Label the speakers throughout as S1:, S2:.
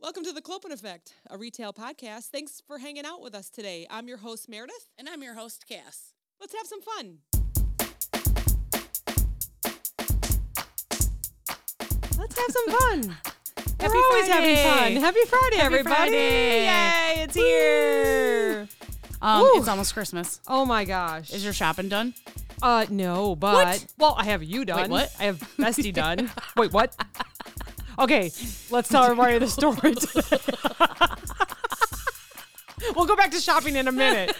S1: Welcome to the Clopen Effect, a retail podcast. Thanks for hanging out with us today. I'm your host, Meredith.
S2: And I'm your host, Cass.
S1: Let's have some fun. Let's have some fun.
S2: Happy
S1: We're always having
S2: Friday.
S1: fun. Happy Friday, everybody.
S2: Friday.
S1: Yay, it's here.
S2: Um,
S1: Woo.
S2: it's almost Christmas.
S1: Oh my gosh.
S2: Is your shopping done?
S1: uh no, but well, I have you done.
S2: what?
S1: I have Bestie done. Wait, what? Okay, let's tell everybody the story. today. we'll go back to shopping in a minute.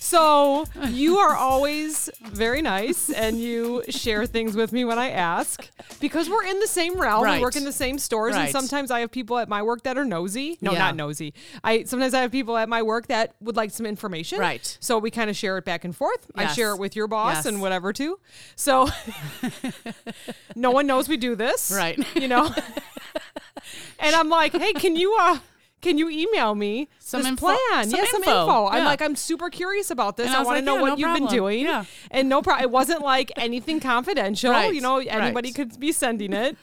S1: So you are always very nice, and you share things with me when I ask because we're in the same realm. We
S2: Right.
S1: work in the same stores, and
S2: Right.
S1: sometimes I have people at my work that are nosy. No,
S2: Yeah.
S1: not nosy. I sometimes I have people at my work that would like some information.
S2: Right.
S1: So we kind of share it back and forth. I
S2: Yes.
S1: share it with your boss
S2: Yes.
S1: and whatever too. So no one knows we do this,
S2: Right.
S1: You know. and I'm like, hey, can you uh, can you email me
S2: Some
S1: this
S2: info-
S1: plan?
S2: some
S1: yeah, some
S2: info.
S1: info. I'm
S2: Yeah.
S1: like, I'm super curious about this.
S2: And
S1: I,
S2: I was
S1: want to
S2: like,
S1: know
S2: yeah,
S1: what
S2: no
S1: you've been
S2: problem.
S1: doing.
S2: Yeah.
S1: And no problem. It wasn't like anything confidential.
S2: Right,
S1: You know,
S2: right.
S1: anybody could be sending it.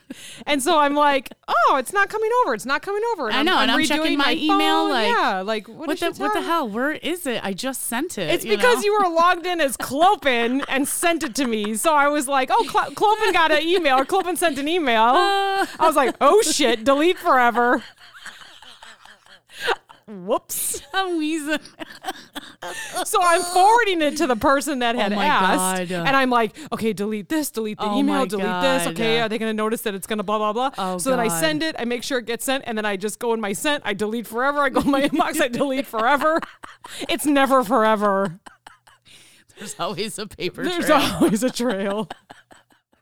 S1: And so I'm like, oh, it's not coming over. It's not coming over. And
S2: I know,
S1: I'm,
S2: and I'm
S1: redoing
S2: checking my email,
S1: phone.
S2: like,
S1: yeah, like what,
S2: What
S1: is she
S2: the, what the
S1: talking-
S2: hell? Where is it? I just sent it.
S1: it's because you were logged in as Clopen and sent it to me. So I was like, oh, Cl- Clopen got an email. Clopen sent an email.
S2: Uh,
S1: I was like, oh shit, delete forever. Whoops.
S2: I'm wheezing.
S1: So I'm forwarding it to the person that had
S2: Oh my
S1: asked.
S2: God.
S1: And I'm like, okay, delete this, delete the
S2: Oh
S1: email,
S2: my
S1: delete this. Okay,
S2: God.
S1: are they going to notice that it's going to blah, blah, blah?
S2: Oh
S1: so then I
S2: God.
S1: send it, I make sure it gets sent, and then I just go in my sent, I delete forever, I go in my inbox, I delete forever. It's never forever.
S2: There's always a paper
S1: There's
S2: trail.
S1: always a trail.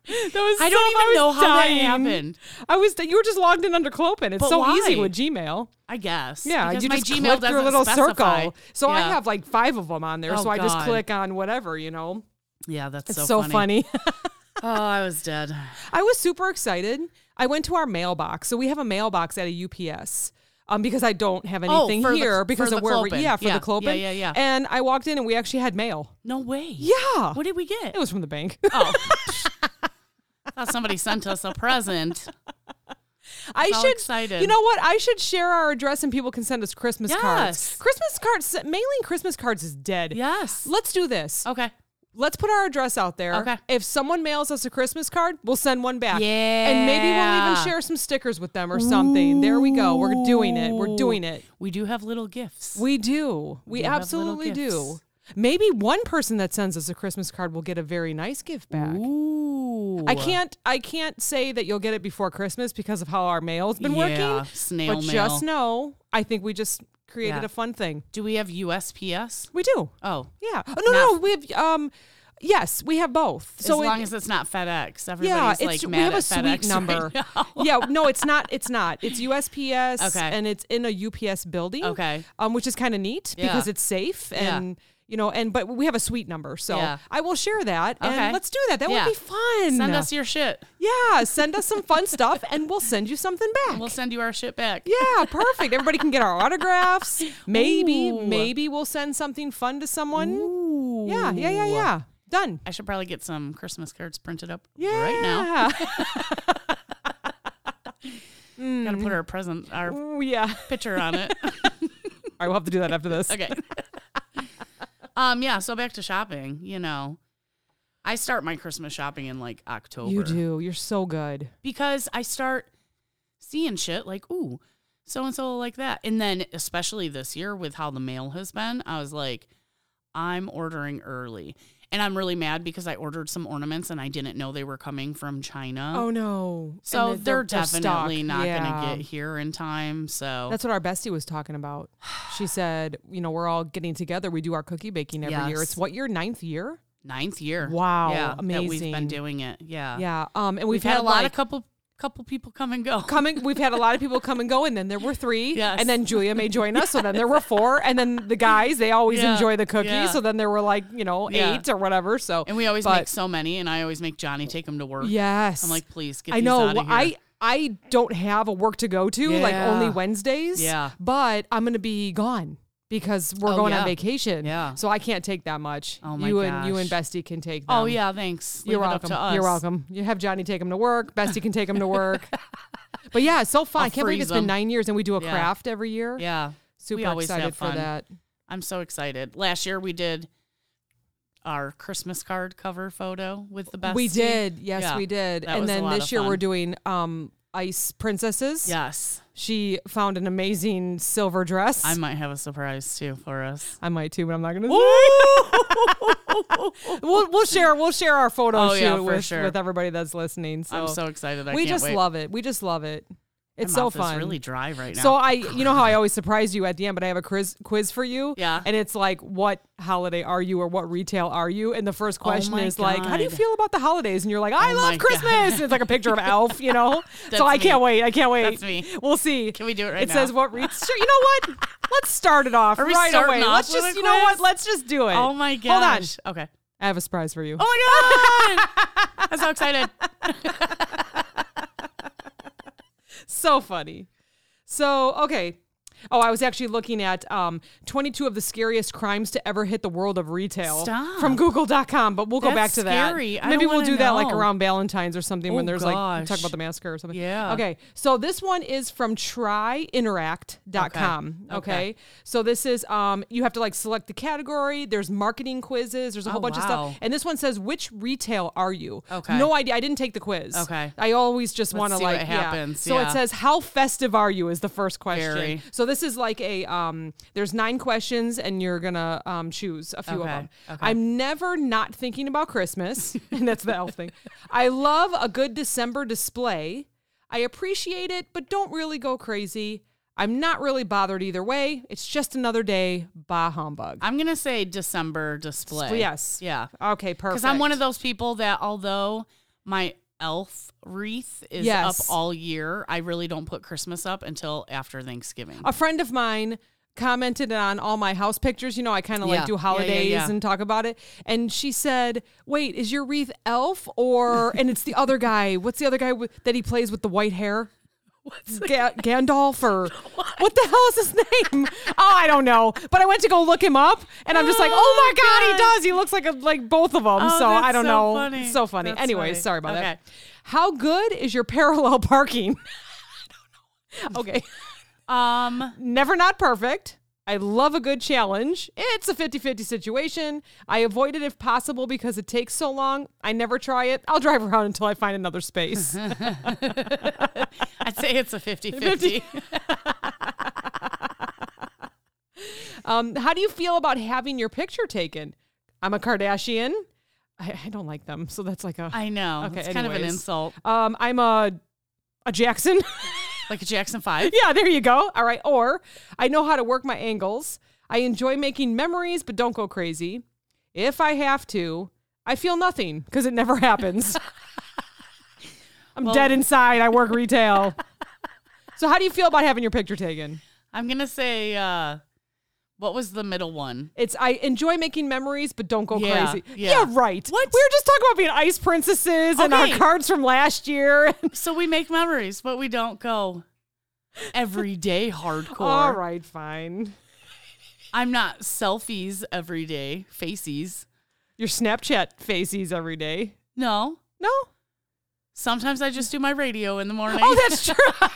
S1: That was
S2: I don't
S1: so-
S2: even
S1: was
S2: know how that
S1: dying.
S2: happened.
S1: I was you were just logged in under Clopen. It's so easy
S2: why?
S1: with Gmail.
S2: I guess.
S1: Yeah,
S2: because
S1: you
S2: my
S1: just
S2: Gmail
S1: click
S2: doesn't
S1: your little
S2: specify.
S1: circle. So I
S2: Yeah.
S1: have like five of them on there.
S2: Oh,
S1: so I just
S2: God.
S1: click on whatever, you know.
S2: Yeah, that's
S1: It's so,
S2: so,
S1: funny.
S2: Oh, I was dead.
S1: I was super excited. I went to our mailbox. So we have a mailbox at a UPS. Um, because I don't have
S2: Oh,
S1: anything
S2: for the-
S1: here because
S2: for
S1: of
S2: the
S1: where we
S2: Clopen.
S1: yeah for
S2: Yeah,
S1: the Clopen
S2: yeah, yeah, yeah.
S1: and I walked in and we actually had mail
S2: No way.
S1: yeah
S2: What did we get?
S1: it was from the bank
S2: oh. Thought somebody sent us a present.
S1: I
S2: all
S1: should.
S2: excited.
S1: You know what? I should share our address and people can send us Christmas cards.
S2: Yes.
S1: Christmas cards. Mailing Christmas cards is dead.
S2: Yes.
S1: Let's do this.
S2: Okay.
S1: Let's put our address out there.
S2: Okay.
S1: If someone mails us a Christmas card, we'll send one back. And maybe we'll even
S2: Yeah.
S1: share some stickers with them or something. There we go. We're doing it. We're doing it.
S2: We do have little gifts.
S1: We do. We
S2: do have little
S1: absolutely do.
S2: gifts.
S1: Maybe one person that sends us a Christmas card will get a very nice gift back.
S2: Ooh.
S1: I can't I can't say that you'll get it before Christmas because of how our mail's been
S2: Yeah,
S1: working.
S2: snail
S1: but
S2: mail.
S1: just know, I think we just created
S2: Yeah.
S1: a fun thing.
S2: Do we have USPS?
S1: We do.
S2: Oh,
S1: Yeah. Oh, no, no, no, we have um yes, we have both.
S2: so
S1: So
S2: as
S1: it-
S2: long as it's not FedEx,
S1: yeah,
S2: everybody's
S1: it's
S2: like
S1: we
S2: mad
S1: have a
S2: at
S1: sweet
S2: FedEx
S1: number.
S2: right now.
S1: yeah, no, it's not. It's not. It's USPS,
S2: Okay.
S1: and it's in a UPS building.
S2: Okay.
S1: um, which is kind of neat
S2: Yeah.
S1: because it's safe
S2: Yeah.
S1: and you know, and but we have a sweet number, so
S2: Yeah.
S1: I will share that.
S2: Okay.
S1: and let's do that. That
S2: Yeah.
S1: would be fun.
S2: Send us your shit.
S1: Yeah, send us some fun stuff and we'll send you something back.
S2: We'll send you our shit back.
S1: yeah, perfect. Everybody can get our autographs. Maybe,
S2: Ooh.
S1: maybe we'll send something fun to someone.
S2: Ooh.
S1: Yeah, yeah, yeah, yeah. Done.
S2: I should probably get some Christmas cards printed up
S1: Yeah.
S2: right now. Gotta put our present, our
S1: Ooh, yeah.
S2: picture on it.
S1: All right, we'll have to do that after this.
S2: Okay. um. Yeah. So back to shopping. You know, I start my Christmas shopping in like October.
S1: You do. You're so good.
S2: because I start seeing shit like, ooh, so and so like that. And then, especially this year with how the mail has been, I was like, I'm ordering early. And I'm really mad because I ordered some ornaments and I didn't know they were coming from China.
S1: Oh no.
S2: so
S1: And
S2: they're,
S1: stuck.
S2: definitely not going
S1: Yeah.
S2: to get here in time. So
S1: That's what our bestie was talking about. She said, you know, we're all getting together. We do our cookie baking every year.
S2: Yes.
S1: It's what your ninth year?
S2: ninth year.
S1: Wow,
S2: Yeah. That we've
S1: amazing.
S2: been doing it. Yeah.
S1: Yeah. Um, and we've,
S2: We've, had, a lot
S1: like,
S2: of couple couple people come and go.
S1: coming we've had a lot of people come and go and then there were three
S2: Yes.
S1: and then julia may join us so then there were four and then the guys they always
S2: Yeah,
S1: enjoy the cookies
S2: yeah.
S1: so then there were like you know
S2: Yeah.
S1: eight or whatever so
S2: and we always
S1: but-
S2: make so many and I always make Johnny take them to work.
S1: yes
S2: I'm like, please get
S1: i
S2: these
S1: know
S2: out
S1: Well,
S2: of here.
S1: i i don't have a work to go to like
S2: Yeah.
S1: only wednesdays
S2: Yeah.
S1: but i'm gonna be gone because we're
S2: Oh,
S1: going on
S2: yeah.
S1: vacation
S2: Yeah.
S1: so i can't take that much
S2: Oh, my
S1: you and you
S2: gosh.
S1: and bestie can take them.
S2: Oh yeah, thanks. Leave
S1: Um, You're
S2: it up
S1: welcome.
S2: to us.
S1: You're welcome. You have Johnny take him to work. Bestie can take him to work. But yeah, it's so fun.
S2: I'll
S1: I can't believe
S2: freeze
S1: it's been
S2: them.
S1: nine years and we do a
S2: Yeah.
S1: craft every year.
S2: Yeah.
S1: Super
S2: always have
S1: excited for
S2: fun.
S1: that.
S2: I'm so excited. Last year we did our Christmas card cover photo with the best.
S1: We did. Yes,
S2: Yeah.
S1: we did.
S2: That
S1: and
S2: was a
S1: then
S2: lot
S1: this
S2: of
S1: year we're
S2: fun.
S1: doing um ice princesses.
S2: Yes.
S1: She found an amazing silver dress.
S2: I might have a surprise too for us.
S1: I might too, but I'm not gonna say. We'll we'll share we'll share our photo
S2: Oh,
S1: shoot
S2: yeah, for
S1: with,
S2: sure.
S1: with everybody that's listening. So,
S2: I'm so excited. I
S1: we
S2: can't
S1: just
S2: wait.
S1: love it. We just love it.
S2: My
S1: It's so
S2: mouth is
S1: fun.
S2: really dry right now.
S1: So I, you know how I always surprise you at the end, but I have a quiz quiz for you.
S2: Yeah.
S1: And it's like, what holiday are you, or what retail are you? And the first question
S2: Oh my
S1: is like, how do you
S2: God.
S1: feel about the holidays? And you're like, I
S2: Oh
S1: love
S2: my
S1: Christmas.
S2: God.
S1: And it's like a picture of Elf, you know.
S2: That's
S1: so I can't
S2: me.
S1: wait. I can't wait.
S2: That's me.
S1: We'll see.
S2: Can we do it right
S1: it
S2: now?
S1: says what retail? sure, you know what? Let's start it off
S2: Are we
S1: right
S2: starting
S1: away.
S2: off
S1: Let's
S2: with
S1: just,
S2: a
S1: you know what?
S2: quiz?
S1: Let's just do it.
S2: oh my
S1: Hold on.
S2: gosh. Okay.
S1: I have a surprise for you.
S2: Oh my god. I'm so excited.
S1: so funny. So, okay. Oh, I was actually looking at um, 22 of the scariest crimes to ever hit the world of retail
S2: Stop.
S1: from google.com, but we'll go back
S2: That's
S1: to
S2: scary.
S1: that.
S2: I
S1: Maybe
S2: don't
S1: we'll
S2: wanna
S1: do that like
S2: know.
S1: around Valentine's or something when
S2: Oh,
S1: there's like talk
S2: gosh.
S1: about the massacre or something.
S2: Yeah.
S1: Okay. So, this one is from tryinteract.com. Okay.
S2: Okay.
S1: okay. So, this is um, you have to like select the category, there's marketing quizzes, there's a whole bunch of
S2: Oh, wow.
S1: stuff. And this one says, which retail are you?
S2: Okay.
S1: No idea. I didn't take the quiz.
S2: Okay.
S1: I always just want to
S2: see what
S1: like yeah.
S2: happens,
S1: So it
S2: yeah.
S1: says how festive are you is the first question.
S2: Very.
S1: So this is like a um there's nine questions and you're going to um choose a few of
S2: Okay,
S1: them.
S2: okay.
S1: I'm never not thinking about Christmas and that's the elf thing. I love a good December display. I appreciate it but don't really go crazy. I'm not really bothered either way. It's just another day. Bah humbug.
S2: I'm gonna say December display.
S1: Yes.
S2: Yeah.
S1: okay, perfect.
S2: Because I'm one of those people that although my elf wreath is
S1: Yes.
S2: up all year, I really don't put Christmas up until after Thanksgiving.
S1: a friend of mine commented on all my house pictures. You know, I kind of like
S2: Yeah.
S1: do
S2: Yeah, yeah,
S1: holidays
S2: yeah.
S1: and talk about it. And she said, "Wait, is your wreath elf or?" and it's the other guy. What's the other guy with, that he plays with the white hair? What's Ga- Gandalf or what? the hell is his name? oh, I don't know. But I went to go look him up, and I'm just like,
S2: Oh,
S1: "Oh my god, he
S2: God.
S1: does! He looks like a, like both of them."
S2: Oh,
S1: so I
S2: that's
S1: don't
S2: so
S1: know.
S2: funny.
S1: It's so funny.
S2: That's
S1: Anyway,
S2: funny.
S1: sorry about that.
S2: Okay.
S1: How good is your parallel parking? I don't know. Okay.
S2: Um
S1: Never not perfect. I love a good challenge. It's a 50 50 situation. I avoid it if possible because it takes so long. I never try it. I'll drive around until I find another space.
S2: I'd say it's a 50-50.
S1: um, how do you feel about having your picture taken? I'm a Kardashian. I, I don't like them. So that's like a.
S2: I know.
S1: Okay,
S2: it's kind of an
S1: anyways.
S2: insult.
S1: um, I'm a, a Jackson.
S2: Like a Jackson 5.
S1: yeah, there you go. All right. Or I know how to work my angles. I enjoy making memories, but don't go crazy. If I have to, I feel nothing because it never happens. I'm dead inside. I work retail. so, how do you feel about having your picture taken?
S2: I'm gonna say uh what was the middle one?
S1: It's I enjoy making memories, but don't go
S2: Yeah,
S1: crazy.
S2: yeah.
S1: right.
S2: What?
S1: We were just talking about being ice princesses and our
S2: Okay.
S1: cards from last year.
S2: So we make memories, but we don't go every day hardcore.
S1: All right, fine.
S2: I'm not selfies every day, faces.
S1: Your Snapchat faces every day.
S2: No.
S1: No,
S2: Sometimes I just do my radio in the morning.
S1: Oh, that's true.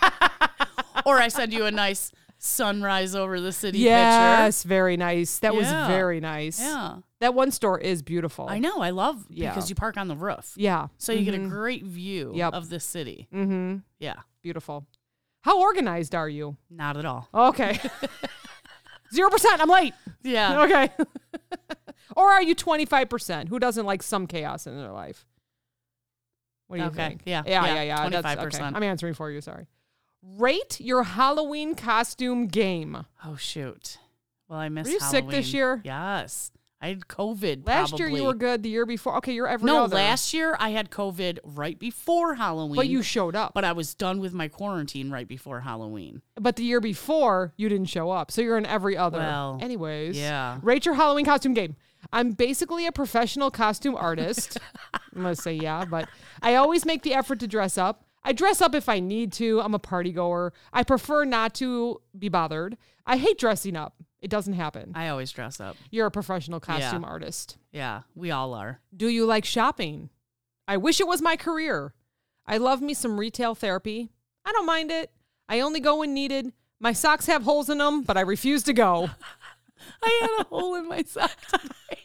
S2: or I send you a nice sunrise over the city
S1: yes, very nice. That was
S2: Yeah.
S1: very nice.
S2: picture. Yeah.
S1: That one store is beautiful.
S2: I know. I love
S1: Yeah.
S2: because you park on the roof.
S1: Yeah.
S2: So you get a great view
S1: Yep.
S2: of the city.
S1: Mm-hmm.
S2: Yeah.
S1: Beautiful. How organized are you?
S2: Not at all.
S1: Okay. Zero percent. I'm late.
S2: Yeah.
S1: Okay. or are you 25 percent? Who doesn't like some chaos in their life? What do you
S2: Okay.
S1: think?
S2: Yeah.
S1: Yeah.
S2: Yeah.
S1: Yeah. Yeah. That's- okay.
S2: 25%.
S1: I'm answering for you. Sorry. Rate your Halloween costume game.
S2: Oh shoot. Well, I missed.
S1: you sick this year?
S2: Halloween. Yes, I had COVID.
S1: Last year
S2: probably.
S1: you were good. The year before. Okay. You're every
S2: No,
S1: other.
S2: last year I had COVID right before Halloween.
S1: But you showed up.
S2: But I was done with my quarantine right before Halloween.
S1: But the year before, you didn't show up. So you're in every other.
S2: Well,
S1: Anyways.
S2: yeah.
S1: Rate your Halloween costume game. I'm basically a professional costume artist. I'm going to say yeah, but I always make the effort to dress up. I dress up if I need to. I'm a party goer. I prefer not to be bothered. I hate dressing up. It doesn't happen.
S2: I always dress up.
S1: You're a professional costume artist.
S2: Yeah, we all are.
S1: Do you like shopping? I wish it was my career. I love me some retail therapy. I don't mind it. I only go when needed. My socks have holes in them, but I refuse to go.
S2: I had a hole in my sock today.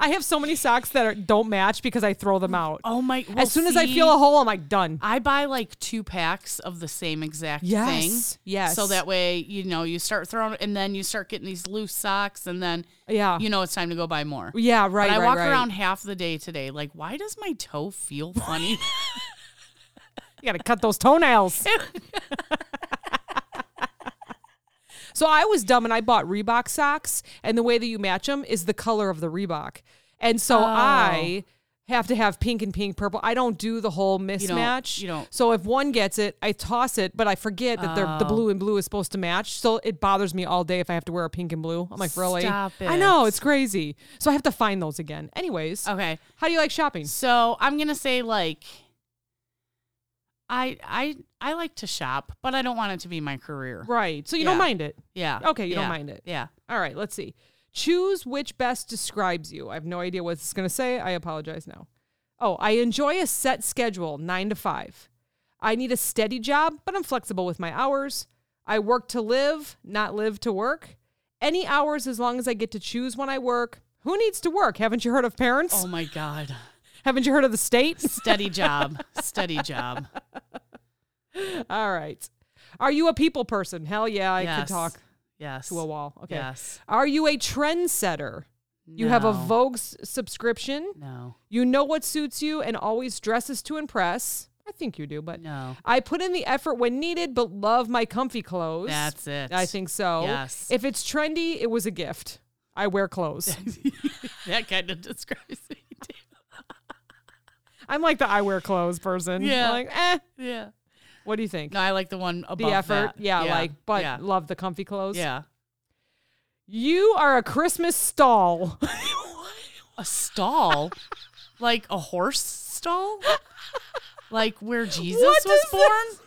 S1: I have so many socks that are, don't match because I throw them out.
S2: Oh my! well,
S1: as soon as I
S2: see,
S1: feel a hole, I'm like done.
S2: I buy like two packs of the same exact
S1: Yes,
S2: thing.
S1: yes.
S2: So that way, you know, you start throwing, and then you start getting these loose socks, and then
S1: Yeah.
S2: you know it's time to go buy more.
S1: yeah, Oh. right.
S2: But I
S1: right,
S2: walk
S1: right.
S2: around half the day today, like, why does my toe feel funny?
S1: You got to cut those toenails. so I was dumb and I bought Reebok socks, and the way that you match them is the color of the Reebok. And so
S2: Oh.
S1: I have to have pink and pink purple. I don't do the whole
S2: don't-
S1: mismatch.
S2: you don't. Oh.
S1: So if one gets it, I toss it, but I forget that they're the blue and blue is supposed to match. So it bothers me all day if I have to wear a pink and blue. I'm like, really?
S2: Stop
S1: I know
S2: it. Oh.
S1: it's crazy. So I have to find those again. Anyways,
S2: okay.
S1: how do you like shopping?
S2: So I'm gonna say like I I I like to shop, but I don't want it to be my career.
S1: Right. So you don't
S2: Yeah.
S1: mind it.
S2: Yeah.
S1: Okay, you don't
S2: Yeah.
S1: mind it.
S2: Yeah.
S1: All right, let's see. Choose which best describes you. I have no idea what it's going to say. I apologize now. Oh, I enjoy a set schedule, nine to five. I need a steady job, but I'm flexible with my hours. I work to live, not live to work. Any hours as long as I get to choose when I work. Who needs to work? Haven't you heard of parents?
S2: Oh my god.
S1: Haven't you heard of the state?
S2: Steady job. Steady job.
S1: All right. Are you a people person? Hell yeah, I could
S2: Yes.
S1: talk
S2: Yes.
S1: to a wall. Okay.
S2: Yes.
S1: Are you a trendsetter? You have a
S2: No.
S1: Vogue s- subscription.
S2: No.
S1: You know what suits you and always dresses to impress. I think you do, but
S2: No.
S1: I put in the effort when needed, but love my comfy clothes.
S2: That's it.
S1: I think so.
S2: Yes.
S1: If it's trendy, it was a gift. I wear clothes.
S2: that kind of describes me too.
S1: I'm like the I wear clothes person.
S2: Yeah.
S1: I'm like, eh.
S2: Yeah.
S1: What do you think?
S2: No, I like the one
S1: the
S2: above
S1: effort.
S2: that.
S1: Yeah, like, but
S2: yeah.
S1: love the comfy clothes.
S2: yeah.
S1: You are a Christmas stall.
S2: A stall? like a horse stall? like where Jesus
S1: What
S2: was
S1: does
S2: born?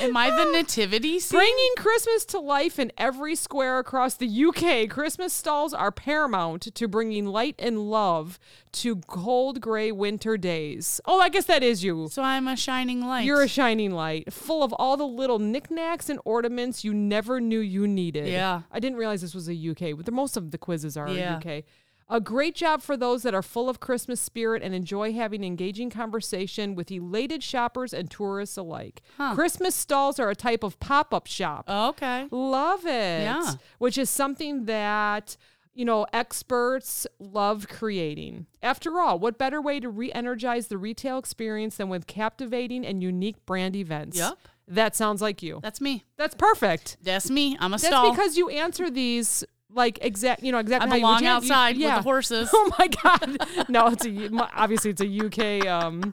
S2: Am I the nativity scene?
S1: Bringing Christmas to life in every square across the UK, Christmas stalls are paramount to bringing light and love to cold gray winter days. Oh, I guess that is you.
S2: so I'm a shining light.
S1: You're a shining light, full of all the little knickknacks and ornaments you never knew you needed.
S2: Yeah.
S1: I didn't realize this was a UK, but the- most of the quizzes are
S2: Yeah.
S1: UK. A great job for those that are full of Christmas spirit and enjoy having engaging conversation with elated shoppers and tourists alike. Christmas stalls are a type of pop-up shop.
S2: Oh, okay.
S1: Love it.
S2: Yeah.
S1: Which is something that, you know, experts love creating. After all, what better way to re energize the retail experience than with captivating and unique brand events?
S2: Yep.
S1: That sounds like you.
S2: That's me.
S1: That's perfect.
S2: That's me. I'm a
S1: That's
S2: stall.
S1: because you answer these like exact, you know,
S2: I
S1: exactly. how you would
S2: belong
S1: you- you-
S2: outside
S1: yeah.
S2: with the horses.
S1: Oh my God. no, it's a, U- my- obviously it's a UK um,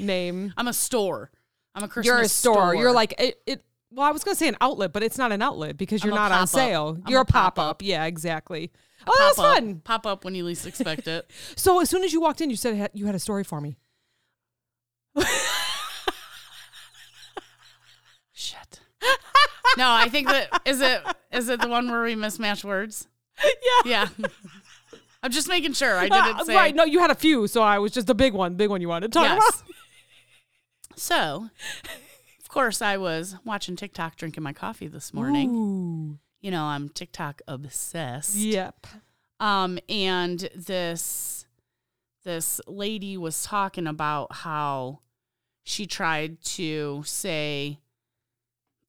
S1: name.
S2: I'm a store. I'm a Christmas
S1: You're a store. You're like it, it. Well, I was gonna say an outlet, but it's not an outlet because you're
S2: I'm a
S1: not on
S2: pop-up.
S1: sale.
S2: I'm
S1: you're
S2: a
S1: a pop
S2: pop-up.
S1: up. Yeah, exactly. Oh, that was
S2: pop up,
S1: fun.
S2: Pop up when you least expect it.
S1: So as soon as you walked in, you said ha- you had a story for me.
S2: Shit. no, I think that is it. Is it the one where we mismatch words? Yeah. Yeah. I'm just making sure I
S1: Ah,
S2: didn't say
S1: right? No, you had a few. So I was just the big one, big one you wanted to talk
S2: Yes.
S1: about.
S2: So, of course, I was watching TikTok, drinking my coffee this morning.
S1: Ooh.
S2: You know, I'm TikTok obsessed.
S1: Yep.
S2: Um, and this this lady was talking about how she tried to say,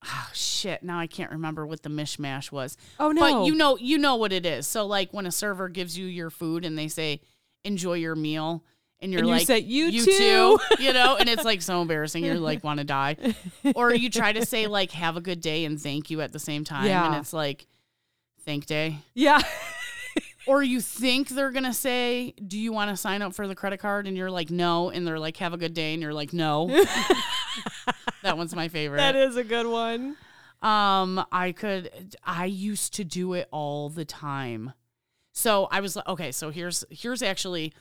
S2: "Oh shit!" Now I can't remember what the mishmash was.
S1: Oh no.
S2: But you know, you know what it is. So like when a server gives you your food and they say, "Enjoy your meal," and you're
S1: And you
S2: like,
S1: say, "You
S2: too," you know, and it's like so embarrassing. You're like, want to die, or you try to say like, "Have a good day" and thank you at the same time, and
S1: Yeah.
S2: it's like, "Thank day."
S1: Yeah.
S2: Or you think they're gonna say, "Do you want to sign up for the credit card?" And you're like, "No," and they're like, "Have a good day," and you're like, "No." that one's my favorite.
S1: that is a good one.
S2: Um, I could I used to do it all the time. So I was like, okay, so here's here's actually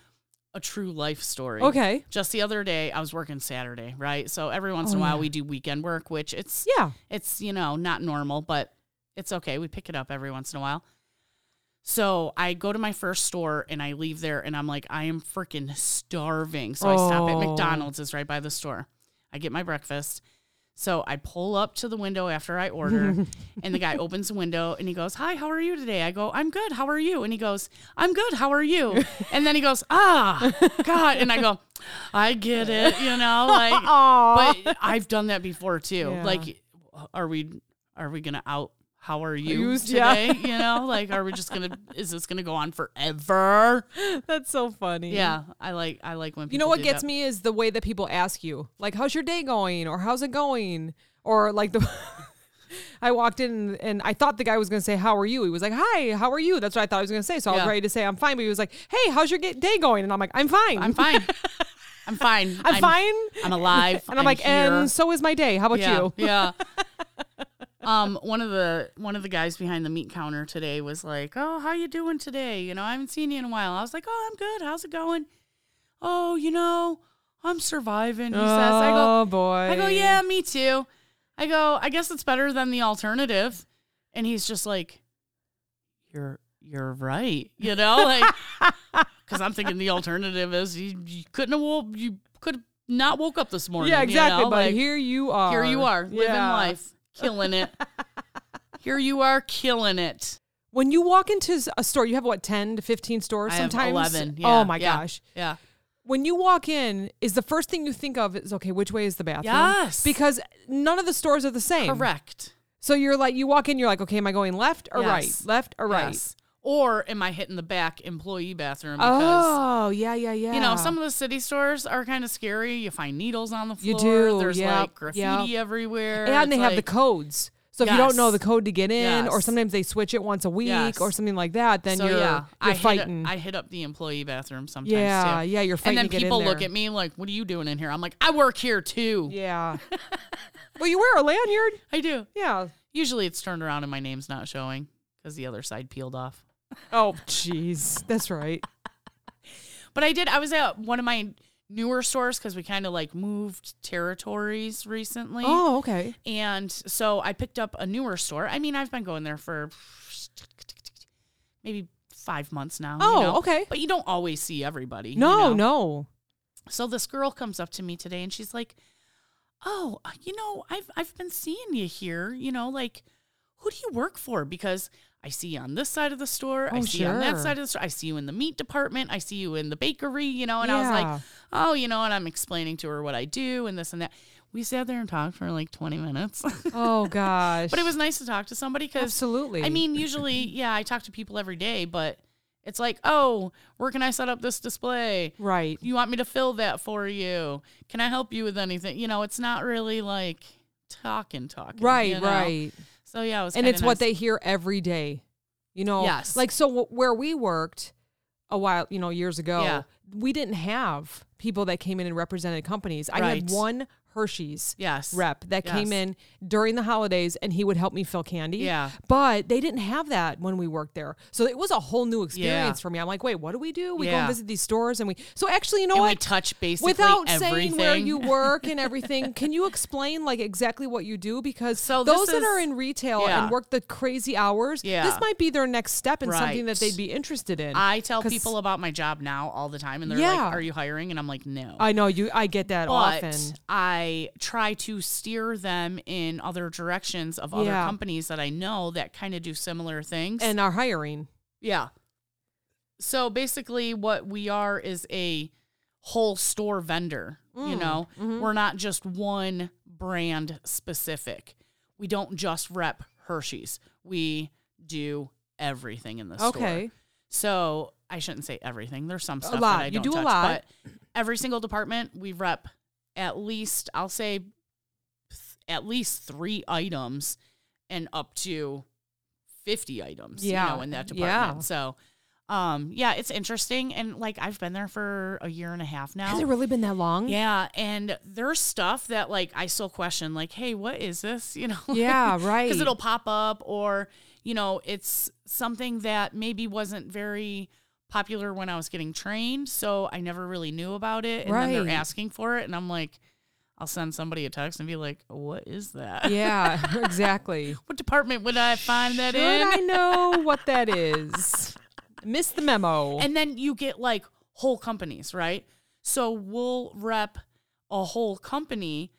S2: a true life story.
S1: Okay.
S2: Just the other day I was working Saturday, right? So every once in
S1: Oh,
S2: a while
S1: yeah.
S2: we do weekend work, which it's
S1: Yeah.
S2: it's, you know, not normal, but it's okay. We pick it up every once in a while. So I go to my first store and I leave there and I'm like, I am freaking starving. So I stop at
S1: Oh.
S2: McDonald's, is right by the store. I I get my breakfast. So I pull up to the window after I order, and the guy opens the window and he goes, Hi, how are you today? I go, I'm good. How are you? And he goes, I'm good. How are you? And then he goes, Ah, God. And I go, I get it, you know, like,
S1: Aw.
S2: but I've done that before too.
S1: Yeah.
S2: Like, are we are we gonna out? How are you
S1: Used, yeah.
S2: today? You know, like, are we just gonna? Is this gonna go on forever?
S1: That's so funny.
S2: Yeah, I like I like when people
S1: You know what
S2: do
S1: gets
S2: that.
S1: me is the way that people ask you, like, "How's your day going?" or "How's it going?" or like the. I walked in and, and I thought the guy was going to say, "How are you?" He was like, "Hi, how are you?" That's what I thought he was going to say. So I was
S2: Yeah.
S1: ready to say, "I'm fine," but he was like, "Hey, how's your ga- day going?" And I'm like, "I'm fine.
S2: I'm fine. I'm fine.
S1: I'm fine."
S2: I'm alive.
S1: And I'm, like,
S2: here.
S1: "And so is my day. How about
S2: yeah,
S1: you?"
S2: yeah. Um, one of the one of the guys behind the meat counter today was like, "Oh, how you doing today? You know, I haven't seen you in a while." I was like, "Oh, I'm good. How's it going?" "Oh, you know, I'm surviving." He says. I go,
S1: "Oh boy."
S2: I go, yeah, me too. I go, I guess it's better than the alternative. And he's just like, you're you're right, you know, like because I'm thinking the alternative is you, you couldn't have woke, you could have not woke up this morning.
S1: Yeah, exactly.
S2: You know?
S1: but
S2: like,
S1: here you are.
S2: here you are, living
S1: Yeah.
S2: life, killing it. here you are, killing it.
S1: When you walk into a store, you have what ten to fifteen stores
S2: I have
S1: sometimes.
S2: 11, yeah,
S1: oh my
S2: yeah.
S1: gosh.
S2: Yeah,
S1: when you walk in, is the first thing you think of is okay, which way is the bathroom?
S2: Yes.
S1: Because none of the stores are the same.
S2: correct.
S1: So you're like you walk in, you're like, okay, am I going left or
S2: Yes.
S1: right? Left or right?
S2: Yes. Or am I hitting the back employee bathroom? Because
S1: Oh, yeah, yeah, yeah.
S2: You know, some of the city stores are kind of scary. You find needles on the floor.
S1: You do,
S2: There's
S1: yep,
S2: like graffiti everywhere.
S1: and they
S2: It's
S1: have the
S2: like-
S1: codes. So if you don't know
S2: Yes.
S1: the code to get in, or
S2: Yes.
S1: sometimes they switch it once a week
S2: Yes.
S1: or something like that, then
S2: so
S1: you're,
S2: yeah,
S1: you're
S2: I
S1: fighting.
S2: Hit up, I hit up the employee bathroom sometimes
S1: yeah,
S2: too.
S1: yeah, you're
S2: And
S1: fighting.
S2: then
S1: to get in
S2: people look
S1: there.
S2: at me like, "What are you doing in here?" I'm like, "I work here too."
S1: Yeah. well, you wear a lanyard.
S2: I do.
S1: Yeah.
S2: Usually it's turned around and my name's not showing because the other side peeled off.
S1: Oh, jeez, that's right.
S2: But I did. I was at one of my newer stores because we kind of like moved territories recently.
S1: Oh, okay.
S2: And so I picked up a newer store. I mean, I've been going there for maybe five months now. you
S1: Oh,
S2: know?
S1: okay.
S2: But you don't always see everybody. you
S1: No,
S2: know?
S1: no.
S2: So this girl comes up to me today and she's like, Oh, you know, I've I've been seeing you here. You know, like, who do you work for? Because I see you on this side of the store. I
S1: Oh,
S2: see you on that
S1: sure.
S2: side of the store. I see you in the meat department. I see you in the bakery, you know. And I was like,
S1: Yeah.
S2: oh, you know, and I'm explaining to her what I do and this and that. We sat there and talked for like 20 minutes.
S1: Oh gosh.
S2: But it was nice to talk to somebody because
S1: absolutely.
S2: I mean, usually, yeah, I talk to people every day, but it's like, oh, where can I set up this display?
S1: right.
S2: You want me to fill that for you? Can I help you with anything? You know, it's not really like talking, talking.
S1: Right,
S2: you know?
S1: right.
S2: So yeah, it was
S1: And
S2: kinda
S1: it's what
S2: nice.
S1: they hear every day. You know,
S2: Yes.
S1: like so wh- where we worked a while, you know, years ago,
S2: Yeah.
S1: we didn't have people that came in and represented companies. I
S2: Right.
S1: had one Hershey's
S2: yes
S1: rep that came
S2: Yes.
S1: in during the holidays and he would help me fill candy.
S2: Yeah.
S1: But they didn't have that when we worked there. So it was a whole new experience for me. I'm like, wait, what do we do? We go
S2: Yeah.
S1: and visit these stores and we So actually, you know
S2: And
S1: what?
S2: we touch basically
S1: without
S2: everything.
S1: saying where you work and everything can you explain like exactly what you do because
S2: So this
S1: those that are
S2: is-
S1: in retail
S2: yeah.
S1: and work the crazy hours
S2: Yeah.
S1: this might be their next step in something that
S2: Right.
S1: they'd be interested in
S2: I tell
S1: 'Cause-
S2: people about my job now all the time, and they're
S1: Yeah.
S2: like, "Are you hiring?" And I'm like, "No."
S1: I know you i get that
S2: but
S1: often
S2: I try to steer them in other directions of other
S1: Yeah.
S2: companies that I know that kind of do similar things.
S1: and are hiring
S2: yeah. So basically, what we are is a whole store vendor.
S1: Mm,
S2: you know,
S1: mm-hmm.
S2: we're not just one brand specific. We don't just rep Hershey's. We do everything in the store.
S1: okay
S2: So I shouldn't say everything. There's some stuff
S1: lot.
S2: that I
S1: You
S2: don't
S1: do a
S2: touch,
S1: lot.
S2: but every single department we rep at least I'll say th- at least three items and up to fifty items.
S1: Yeah.
S2: you know, in that
S1: Yeah.
S2: department. So. Um, yeah, it's interesting. And like, I've been there for a year and a half now.
S1: has it really been that long
S2: Yeah, and there's stuff that like I still question, like, hey, what is this? You know?
S1: Yeah, right.
S2: Because it'll pop up, or you know, it's something that maybe wasn't very popular when I was getting trained, so I never really knew about it, and then
S1: Right.
S2: they're asking for it, and I'm like, I'll send somebody a text and be like, what is that?
S1: yeah exactly
S2: what department would I find that
S1: should
S2: in?
S1: i know what that is miss the memo
S2: And then you get like whole companies, right? So we'll rep a whole company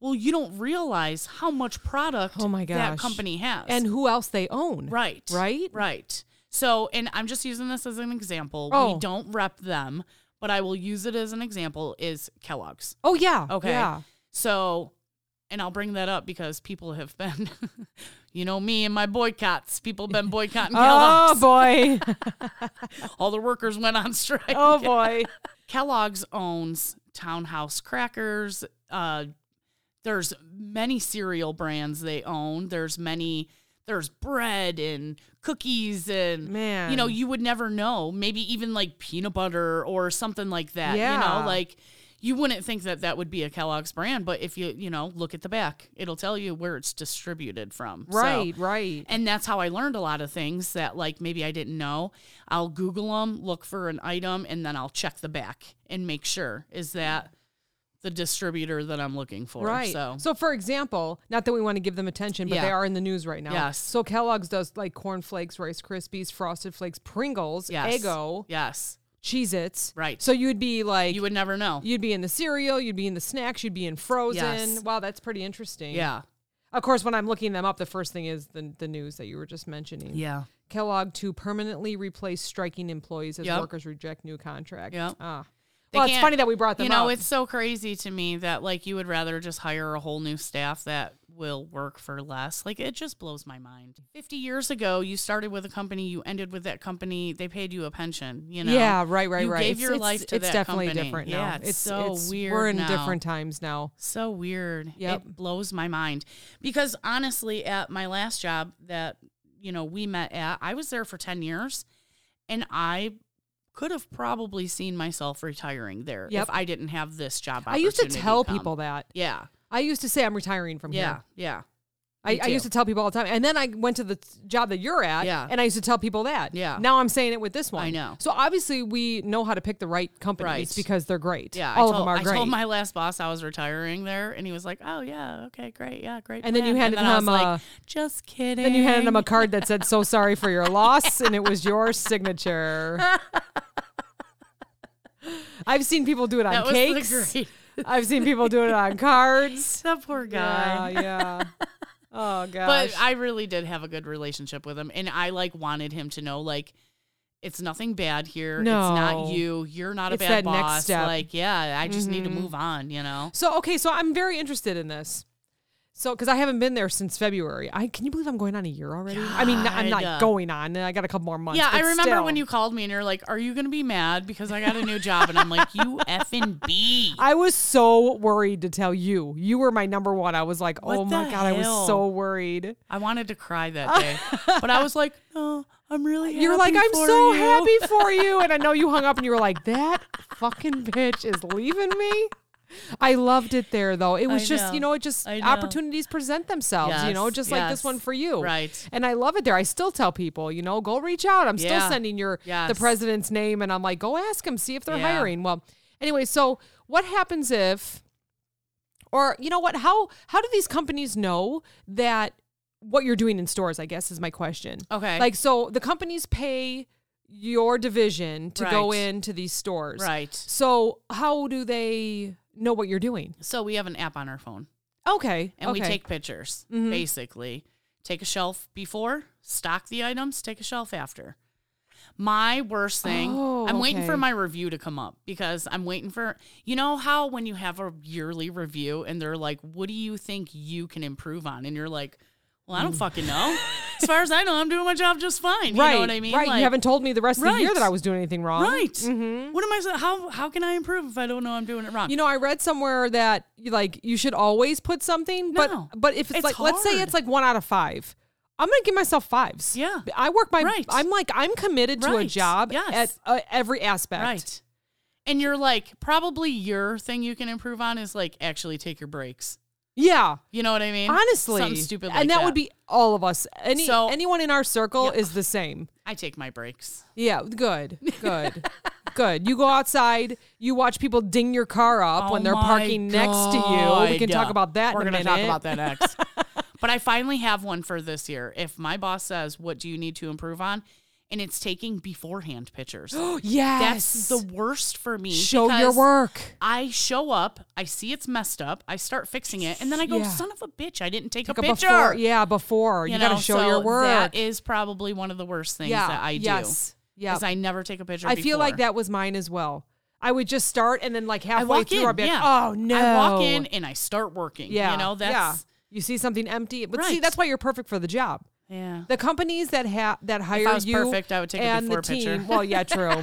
S2: Well, you don't realize how much product
S1: Oh my
S2: that
S1: gosh.
S2: company has.
S1: and who else they own.
S2: right.
S1: Right?
S2: Right. So, and I'm just using this as an example.
S1: Oh.
S2: We don't rep them, but I will use it as an example is Kellogg's.
S1: Oh yeah.
S2: Okay.
S1: Yeah.
S2: So, and I'll bring that up because people have been, you know, me and my boycotts. People have been boycotting
S1: Oh
S2: Kellogg's.
S1: boy.
S2: All the workers went on strike.
S1: Oh boy.
S2: Kellogg's owns Townhouse Crackers. Uh, there's many cereal brands they own. There's many. There's bread and cookies and
S1: Man.
S2: you know you would never know. Maybe even like peanut butter or something like that. You
S1: Yeah.
S2: know, like you wouldn't think that that would be a Kellogg's brand, but if you you know look at the back, it'll tell you where it's distributed from. So-
S1: Right, right.
S2: and that's how I learned a lot of things that like maybe I didn't know. I'll Google them, look for an item, and then I'll check the back and make sure is that the distributor that I'm looking for.
S1: Right.
S2: So,
S1: for example, not that we want to give them attention, but
S2: Yeah.
S1: they are in the news right now.
S2: Yes.
S1: So Kellogg's does like Corn Flakes, Rice Krispies, Frosted Flakes, Pringles,
S2: yes.
S1: Eggo,
S2: Yes.
S1: Cheez Its.
S2: Right.
S1: So you'd be like,
S2: You would never know.
S1: You'd be in the cereal, you'd be in the snacks, you'd be in frozen.
S2: Yes.
S1: Wow, that's pretty interesting.
S2: yeah.
S1: Of course, when I'm looking them up, the first thing is the, the news that you were just mentioning.
S2: Yeah.
S1: Kellogg to permanently replace striking employees as
S2: Yep.
S1: workers reject new contract.
S2: Yep.
S1: Ah.
S2: They
S1: Well, it's
S2: can't-
S1: funny that we brought them
S2: You know,
S1: up.
S2: it's so crazy to me that like you would rather just hire a whole new staff that will work for less. Like it just blows my mind. 50 years ago, you started with a company, you ended with that company, they paid you a pension, you know.
S1: yeah, right, right,
S2: you
S1: right.
S2: gave
S1: it's,
S2: your
S1: it's-
S2: life to
S1: it's
S2: that
S1: definitely
S2: company.
S1: different now.
S2: Yeah, it's so weird
S1: We're in
S2: now.
S1: different times now.
S2: So weird.
S1: Yep.
S2: It blows my mind. Because honestly, at my last job that, you know, we met at, I was there for 10 years and I could have probably seen myself retiring there
S1: Yep.
S2: if I didn't have this job.
S1: I used to
S2: opportunity
S1: tell
S2: come.
S1: people that.
S2: Yeah.
S1: I used to say I'm retiring from
S2: Yeah.
S1: here.
S2: Yeah.
S1: I,
S2: me
S1: I used
S2: too.
S1: to tell people all the time. And then I went to the t- job that you're at.
S2: Yeah.
S1: And I used to tell people that.
S2: Yeah.
S1: Now I'm saying it with this one.
S2: know.
S1: So obviously we know how to pick the right companies
S2: Right.
S1: because they're great. All
S2: Yeah. I told,
S1: of them are
S2: I
S1: great.
S2: told my last boss I was retiring there and he was like, oh, yeah. Okay. Great. Yeah. Great.
S1: And then you
S2: plan."
S1: handed
S2: then I was
S1: him
S2: like,
S1: a-
S2: just kidding.
S1: then you handed him a card that said so sorry for your loss and it was your signature. I've seen people do it on
S2: that was
S1: cakes.
S2: The great,
S1: I've seen people do it on cards.
S2: that poor guy.
S1: Yeah, yeah. Oh gosh.
S2: but I really did have a good relationship with him, and I like wanted him to know like it's nothing bad here. it's
S1: No.
S2: not you. You're not a
S1: It's that
S2: bad
S1: next
S2: boss.
S1: step. Mm-hmm.
S2: Like yeah, I just need to move on. You know.
S1: So okay, so I'm very interested in this. So because I haven't been there since February, I can you believe I'm going on a year already? I mean, I'm not
S2: God.
S1: going on. I got a couple more months.
S2: Yeah, I
S1: but
S2: remember
S1: still.
S2: when you called me and you're like, "Are you gonna be mad because I got a new job?" And I'm like, "You effing b."
S1: I was so worried to tell you. You were my number one. I was like,
S2: What
S1: oh my
S2: the
S1: god, I was
S2: hell?
S1: so worried.
S2: I wanted to cry that day, but I was like, "Oh, I'm really."
S1: You're like,
S2: happy
S1: I'm
S2: for
S1: so
S2: you."
S1: happy for you, and I know you hung up, and you were like, that fucking bitch is leaving me. I loved it there though. It was
S2: I
S1: just,
S2: know.
S1: you know, it just
S2: I know.
S1: opportunities present themselves, you know,
S2: Yes,
S1: just like this
S2: yes.
S1: one for you.
S2: Right.
S1: And I love it there. I still tell people, you know, go reach out. I'm still
S2: Yeah.
S1: sending your the
S2: Yes.
S1: president's name and I'm like, go ask him, see if they're
S2: Yeah.
S1: hiring. Well, anyway, so what happens if or you know what, how how do these companies know that what you're doing in stores, I guess is my question.
S2: Okay.
S1: Like so the companies pay your division to go
S2: Right.
S1: into these stores.
S2: Right.
S1: So how do they know what you're doing?
S2: So we have an app on our phone.
S1: Okay.
S2: and we
S1: okay. Mm-hmm.
S2: take pictures basically take a shelf before stock the items take a shelf after my worst thing
S1: Oh,
S2: i'm waiting for
S1: okay.
S2: my review to come up because i'm waiting for you know how when you have a yearly review and they're like what do you think you can improve on and you're like well i don't fucking know as far as i know i'm doing my job just fine
S1: Mm. right.
S2: you know what i mean
S1: Right.
S2: Like,
S1: you haven't Mm-hmm. told me the rest of the year
S2: Right.
S1: that I was doing anything wrong.
S2: right what am i so- how how can i improve if i don't know i'm doing it wrong
S1: You know, I read somewhere that you like you should always put something,
S2: No.
S1: but but if it's,
S2: It's
S1: like let's say
S2: hard.
S1: it's like one out of five, I'm gonna give myself fives.
S2: Yeah.
S1: I work my.
S2: Right.
S1: I'm like I'm committed to a
S2: Right.
S1: job
S2: Yes.
S1: at uh, every aspect.
S2: Right. And you're like, probably your thing you can improve on is like actually take your breaks.
S1: Yeah.
S2: You know what I mean?
S1: Honestly,
S2: something stupid, like
S1: and that, would be all of us. Any
S2: So-
S1: anyone in our circle is the same.
S2: I take my breaks.
S1: Yeah, good, good, good. You go outside, you watch people ding your car up when
S2: Oh
S1: they're
S2: my
S1: parking next to you. We can
S2: God.
S1: talk about that.
S2: We're
S1: in a
S2: gonna talk
S1: minute.
S2: about that next. but I finally have one for this year. If my boss says, "What do you need to improve on?" and it's taking beforehand pictures.
S1: yes.
S2: That's the worst for me.
S1: show your
S2: because
S1: work.
S2: I show up, I see it's messed up, I start fixing it, and then I go,
S1: Yeah.
S2: son of a bitch, I didn't take,
S1: Like
S2: a
S1: a
S2: picture.
S1: Before, yeah, before you, got
S2: know,
S1: to show
S2: so
S1: your work.
S2: That is probably one of the worst things
S1: yeah.
S2: that I do.
S1: Yes. Yeah.
S2: Because I never take a picture.
S1: I feel like
S2: before.
S1: that was mine as well. I would just start and then like halfway
S2: walk
S1: through,
S2: in,
S1: I'd be like,
S2: yeah.
S1: "Oh no!"
S2: I walk in and I start working.
S1: Yeah,
S2: You know,
S1: yeah.
S2: that's
S1: You see something empty, but see
S2: Right.
S1: that's why you're perfect for the job.
S2: yeah.
S1: The companies that have that hire
S2: If I was
S1: you
S2: perfect, I would take a
S1: and
S2: before
S1: the team.
S2: picture.
S1: Well, yeah, true.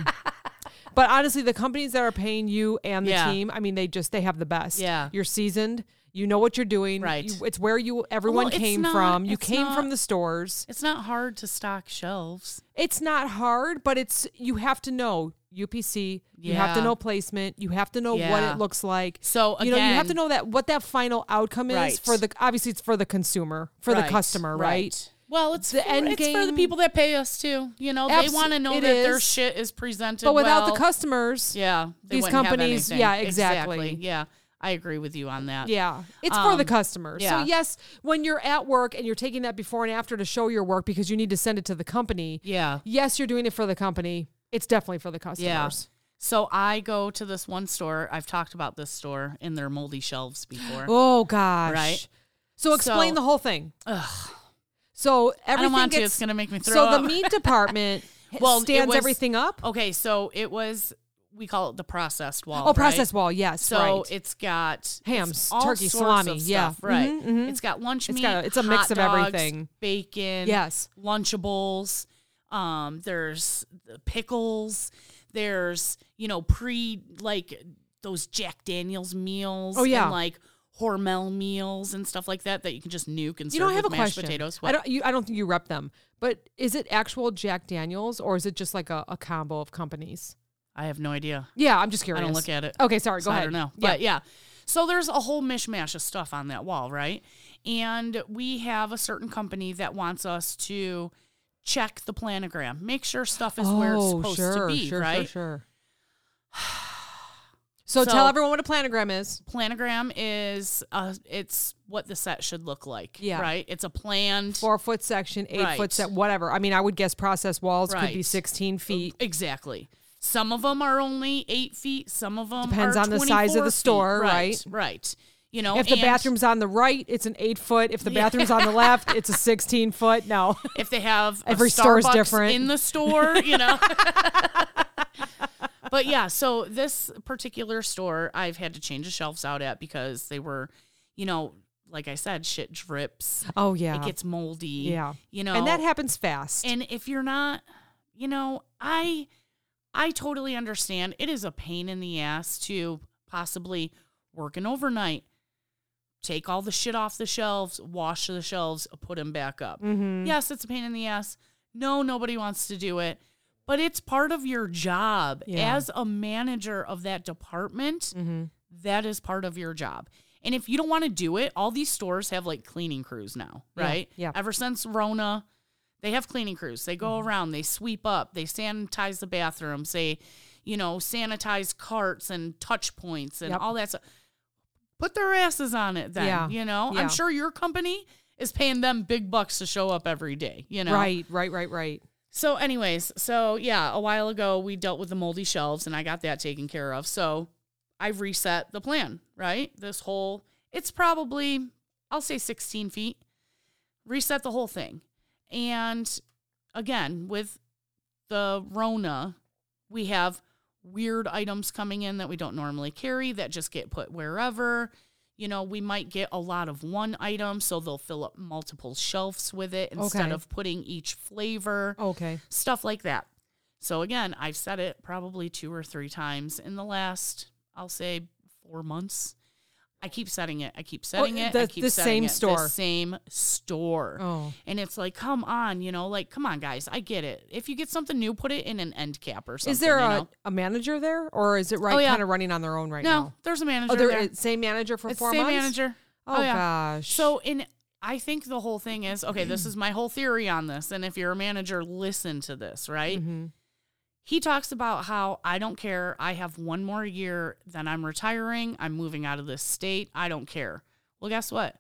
S1: but honestly, the companies that are paying you and the
S2: Yeah.
S1: team, I mean, they just they have the best.
S2: Yeah.
S1: you're seasoned. You know what you're doing.
S2: Right.
S1: You- it's where you everyone
S2: it's
S1: came
S2: not-
S1: from. You
S2: it's
S1: came from
S2: not-
S1: the stores.
S2: It's not hard to stock shelves.
S1: It's not hard, but it's you have to know UPC. You have to
S2: Yeah.
S1: know placement. You have to know what
S2: Yeah.
S1: it looks like.
S2: So again,
S1: you know, you have to know that what that final outcome is
S2: Right.
S1: for the obviously it's for the consumer, for the customer, right?
S2: Well, it's
S1: The
S2: for,
S1: end
S2: it's for the
S1: game-
S2: people that pay us too. You know,
S1: Abs-
S2: they want to know
S1: it
S2: that their
S1: is.
S2: shit is presented.
S1: But without
S2: well.
S1: the customers, yeah,
S2: yeah, they
S1: these
S2: wouldn't have
S1: companies-
S2: anything.
S1: yeah, exactly.
S2: Yeah, I agree with you on that.
S1: it's for the customers.
S2: Um, yeah.
S1: So yes, when you're at work and you're taking that before and after to show your work because you need to send it to the company,
S2: yeah.
S1: yes, you're doing it for the company. It's definitely for the customers.
S2: So I go to this one store. I've talked about this store and their moldy shelves before.
S1: Oh gosh,
S2: Right.
S1: So explain
S2: So-
S1: the whole thing. So
S2: I
S1: everything
S2: don't want
S1: gets
S2: to. It's gonna make me throw
S1: so
S2: up.
S1: the meat department
S2: Well, it
S1: stands
S2: was-
S1: everything up.
S2: okay, so it was. We call it the processed wall.
S1: Oh,
S2: right?
S1: processed wall, yes,
S2: So
S1: right.
S2: it's got
S1: Hams,
S2: it's all
S1: turkey,
S2: sorts of
S1: salami, yeah.
S2: stuff, right.
S1: Mhm, mhm.
S2: It's got lunch
S1: It's
S2: meat.
S1: got a- it's a mix
S2: hot
S1: of
S2: dogs,
S1: everything.
S2: Bacon,
S1: Yes.
S2: Lunchables. Um, there's pickles. There's you know pre like those Jack Daniels meals.
S1: Oh, yeah.
S2: and like Hormel meals and stuff like that that you can just nuke and
S1: You
S2: serve
S1: don't have a
S2: with mashed
S1: question.
S2: potatoes.
S1: I don't. You, I don't think you rep them. But is it actual Jack Daniels or is it just like a, a combo of companies?
S2: I have no idea.
S1: Yeah, I'm just curious.
S2: I don't look at it.
S1: Okay, sorry. Go
S2: So
S1: ahead.
S2: I don't know.
S1: Yeah.
S2: But yeah. So there's a whole mishmash of stuff on that wall, right? And we have a certain company that wants us to check the planogram, make sure stuff is where it's supposed
S1: Oh, sure,
S2: to be,
S1: sure,
S2: right?
S1: Sure, sure. So,
S2: So-
S1: tell everyone what a planogram is.
S2: Planogram is uh it's what the set should look like,
S1: Yeah.
S2: right? It's a planned
S1: Four foot section, eight
S2: Right.
S1: foot set, whatever. I mean, I would guess process walls could be
S2: Right.
S1: 16 feet.
S2: Exactly. Some of them are only 8 feet, some of them
S1: Depends on the size of the store,
S2: right? Right. You know,
S1: If the
S2: and-
S1: bathroom's on the right, it's an eight foot. If the bathroom's on the left, it's a 16 foot. No.
S2: if they have a
S1: Every store is
S2: Starbucks
S1: different.
S2: in the store, you know. but yeah, so this particular store I've had to change the shelves out at because they were, you know, like I said, shit drips.
S1: Oh, yeah.
S2: It gets moldy.
S1: Yeah.
S2: You know.
S1: and that happens fast.
S2: and if you're not, you know, I I totally understand. It is a pain in the ass to possibly work an overnight. Take all the shit off the shelves, wash the shelves, put them back up.
S1: mm-hmm.
S2: Yes, it's a pain in the ass. No, nobody wants to do it, but it's part of your job
S1: Yeah.
S2: as a manager of that department.
S1: Mm-hmm.
S2: That is part of your job. And if you don't want to do it, all these stores have like cleaning crews now,
S1: Yeah,
S2: right?
S1: yeah.
S2: Ever since Rona, they have cleaning crews. They
S1: Mm-hmm.
S2: go around, they sweep up, they sanitize the bathrooms, they, you know, sanitize carts and touch points and
S1: Yep.
S2: all that stuff. Put their asses on it then,
S1: Yeah,
S2: you know?
S1: yeah.
S2: I'm sure your company is paying them big bucks to show up every day, you know?
S1: Right, right, right, right.
S2: So, anyways, so yeah, a while ago we dealt with the moldy shelves and I got that taken care of. So I've reset the plan, right? This whole, it's probably, I'll say 16 feet, reset the whole thing. And again, with the Rona, we have weird items coming in that we don't normally carry that just get put wherever. You know, we might get a lot of one item, so they'll fill up multiple shelves with it instead
S1: Okay.
S2: of putting each flavor
S1: Okay.
S2: stuff like that. So again, I've said it probably two or three times in the last, I'll say, four months. I keep setting it. I keep setting it. I
S1: Oh, the-
S2: keep
S1: the
S2: setting
S1: same
S2: it.
S1: store.
S2: The same store.
S1: Oh.
S2: And it's like, come on, you know, like, come on, guys. I get it. If you get something new, put it in an end cap or something.
S1: Is there
S2: you
S1: a,
S2: know?
S1: a manager there, or is it right
S2: yeah.
S1: kind of running on their own right
S2: no?
S1: now?
S2: There's a manager.
S1: Oh, there
S2: there.
S1: is- same manager for
S2: It's
S1: four
S2: same
S1: months.
S2: manager.
S1: Oh,
S2: yeah.
S1: gosh.
S2: So in I think the whole thing is okay, this is my whole theory on this and if you're a manager listen to this, right?
S1: Mhm.
S2: He talks about how I don't care, I have one more year then I'm retiring, I'm moving out of this state, I don't care. Well, guess what?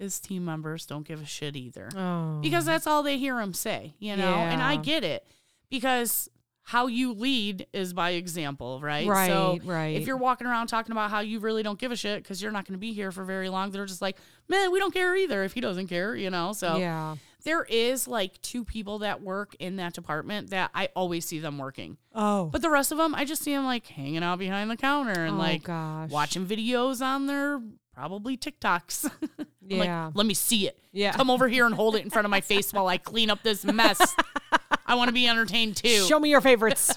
S2: His team members don't give a shit either
S1: oh.
S2: because that's all they hear him say, you know? And I
S1: Yeah.
S2: get it because how you lead is by example, right?
S1: Right,
S2: So
S1: right.
S2: if you're walking around talking about how you really don't give a shit because you're not going to be here for very long, they're just like, man, we don't care either if he doesn't care, you know? So
S1: yeah.
S2: there is like two people that work in that department that I always see them working.
S1: Oh.
S2: But the rest of them, I just see them like hanging out behind the counter and
S1: oh,
S2: like
S1: gosh.
S2: watching videos on their probably TikToks. I'm like,
S1: Yeah.
S2: let me see it.
S1: Yeah.
S2: Come over here and hold it in front of my face while I clean up this mess. I want to be entertained too.
S1: Show me your favorites.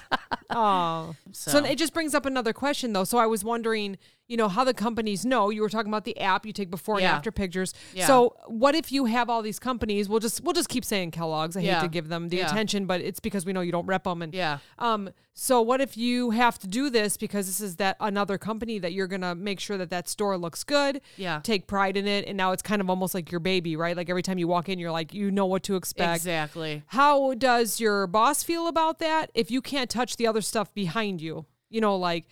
S1: oh.
S2: so,
S1: So. it just brings up another question though. So I was wondering, you know, how the companies know. You were talking about the app, you take before
S2: Yeah.
S1: and after pictures.
S2: Yeah.
S1: So what if you have all these companies? We'll just we'll just keep saying Kellogg's. I hate
S2: Yeah.
S1: to give them the
S2: Yeah.
S1: attention, but it's because we know you don't rep them and
S2: yeah.
S1: Um, so what if you have to do this because this is that another company that you're gonna make sure that that store looks good,
S2: Yeah.
S1: take pride in it, and now it's kind of almost like your baby, right? Like every time you walk in, you're like, you know what to expect.
S2: Exactly.
S1: How does your boss feel about that if you can't touch the other stuff behind you? You know, like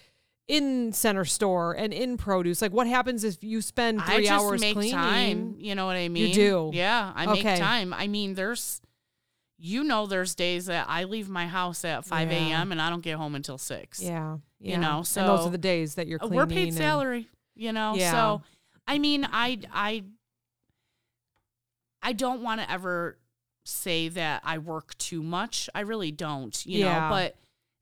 S1: in center store and in produce. Like what happens if you spend
S2: I
S1: three
S2: just
S1: hours
S2: make
S1: cleaning?
S2: time. You know what I mean?
S1: do.
S2: Yeah, I
S1: Okay.
S2: make time. I mean, there's, you know, there's days that I leave my house at 5
S1: Yeah.
S2: a.m. and I don't get home until 6.
S1: Yeah.
S2: You
S1: yeah.
S2: know,
S1: and those
S2: so
S1: are the days that you're
S2: Uh,
S1: cleaning.
S2: We're paid
S1: and-
S2: salary, you know?
S1: Yeah.
S2: So, I mean, I, I, I don't want to ever say that I work too much. I really don't, you
S1: Yeah.
S2: know, but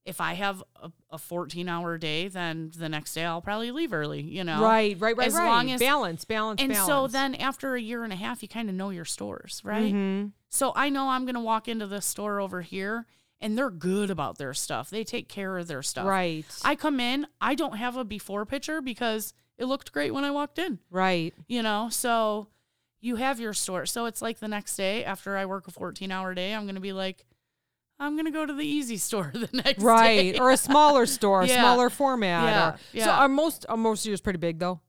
S2: if I have a, a 14 hour day, then the next day I'll probably leave early, you know?
S1: Right, right, right,
S2: As
S1: right.
S2: long as-
S1: balance, balance,
S2: And
S1: balance.
S2: so then after a year and a half, you kind of know your stores, right?
S1: Mhm.
S2: So I know I'm going to walk into this store over here and they're good about their stuff. They take care of their stuff.
S1: Right.
S2: I come in, I don't have a before picture because it looked great when I walked in,
S1: right.
S2: you know? So you have your store. So it's like the next day after I work a 14 hour day, I'm going to be like, I'm going to go to the easy store the next
S1: Right.
S2: day.
S1: Or a smaller store,
S2: Yeah.
S1: smaller format.
S2: Yeah,
S1: or- So
S2: yeah.
S1: are most are most of yours pretty big though?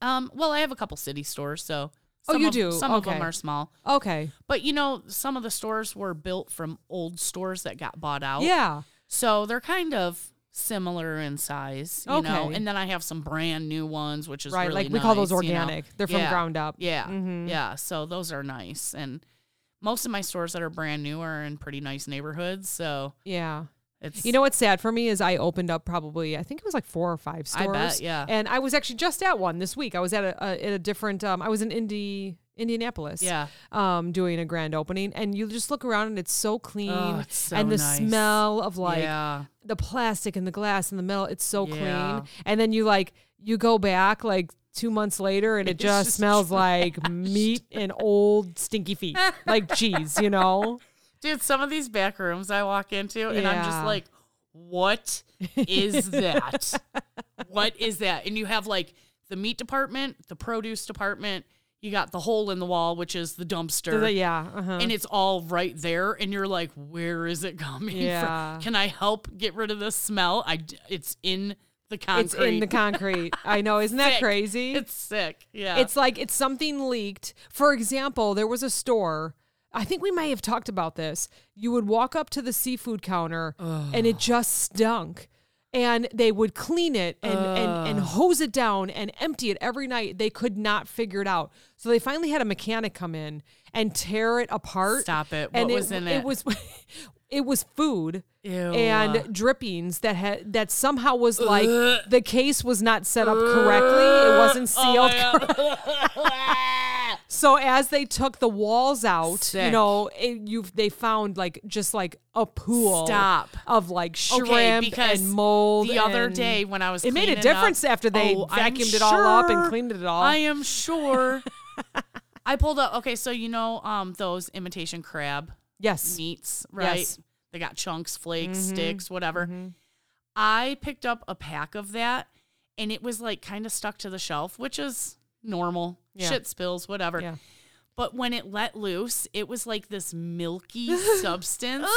S2: Um, well, I have a couple city stores. So
S1: Oh,
S2: some
S1: you
S2: of-
S1: do?
S2: Some of
S1: Okay.
S2: them are small.
S1: Okay.
S2: But you know, some of the stores were built from old stores that got bought out.
S1: Yeah.
S2: So they're kind of similar in size, you know.
S1: Okay.
S2: And then I have some brand new ones, which is
S1: right.
S2: really
S1: like we call those
S2: nice, you know.
S1: organic. They're from
S2: Yeah.
S1: ground up.
S2: Yeah.
S1: Mhm.
S2: Yeah. So those are nice. And most of my stores that are brand new are in pretty nice neighborhoods. So
S1: Yeah.
S2: it's
S1: You know what's sad for me is I opened up probably I think it was like four or five
S2: I
S1: stores.
S2: bet, yeah.
S1: And I was actually just at one this week. I was at a, a at a different um I was in Indy Indianapolis.
S2: Yeah.
S1: Um doing a grand opening and you just look around and it's so clean
S2: Oh, it's so
S1: and the
S2: nice.
S1: smell of like
S2: yeah.
S1: the plastic and the glass and the metal it's so
S2: Yeah.
S1: clean and then you like you go back like two months later and it
S2: It's
S1: just,
S2: just
S1: smells like meat and old stinky feet like cheese you know
S2: Dude, some of these back rooms I walk into and I'm
S1: Yeah.
S2: just like, what is that? what is that? And you have like the meat department, the produce department, you got the hole in the wall, which is the dumpster.
S1: yeah uh-huh.
S2: and it's all right there and you're like where is it coming
S1: Yeah.
S2: from can i help get rid of this smell i d- it's in the concrete
S1: it's in the concrete i know isn't that
S2: Sick.
S1: crazy
S2: it's sick yeah
S1: It's like it's something leaked. For example, there was a store. I think we may have talked about this. You would walk up to the seafood counter and it just stunk. And they would clean it and, and, and hose it down and empty it every night. They could not figure it out. So they finally had a mechanic come in and tear it apart.
S2: Stop it.
S1: And
S2: What was in
S1: It
S2: it?
S1: was it was food
S2: Ew.
S1: and drippings that had that somehow was like the case was not set up correctly. It wasn't
S2: Oh
S1: sealed so as they took the walls out, you
S2: Sick.
S1: know, it, you they found like just like a pool
S2: Stop.
S1: of like shrimp
S2: okay because
S1: and mold.
S2: the other
S1: and-
S2: day when i was
S1: it made a
S2: cleaning up-
S1: difference after they
S2: Oh, I'm
S1: vacuumed it all up and
S2: sure.
S1: cleaned it all.
S2: i am sure i pulled up okay so you know um those imitation crab
S1: yes, Mm-hmm.
S2: meats, right?
S1: Yes.
S2: They got chunks, flakes, sticks, whatever. I picked up a pack of that and it was like kind of stuck to the shelf, which is normal.
S1: Yeah.
S2: Shit spills, whatever.
S1: Yeah.
S2: But when it let loose, it was like this milky substance.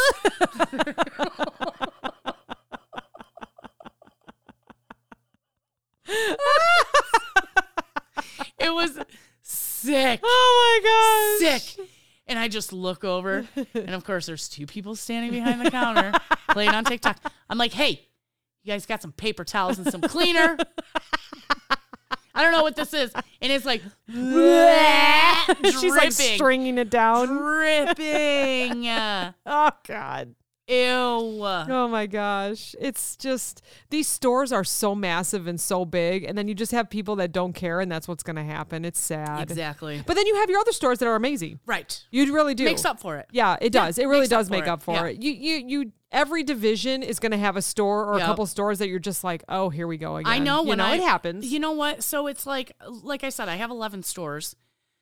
S2: it was sick
S1: Oh my
S2: sick. And I just look over, and of course, there's two people standing behind the counter playing on TikTok. I'm like, hey, you guys got some paper towels and some cleaner? I don't know what this is. And it's like,
S1: She's like
S2: dripping,
S1: stringing it down.
S2: dripping. Uh,
S1: Oh God.
S2: Ew.
S1: Oh my gosh. It's just these stores are so massive and so big and then you just have people that don't care and that's what's going to happen. It's sad.
S2: Exactly.
S1: But then you have your other stores that are amazing.
S2: Right.
S1: You really do.
S2: Makes up for it.
S1: Yeah, it does. it really
S2: makes up
S1: does
S2: for
S1: make
S2: it.
S1: up for
S2: Yeah.
S1: it. You you you every division is going to have a store or
S2: Yep.
S1: a couple stores that you're just like, "Oh, here we go again."
S2: I know
S1: you
S2: when
S1: know,
S2: I,
S1: it happens.
S2: You know what? So it's like, like I said, I have 11 stores.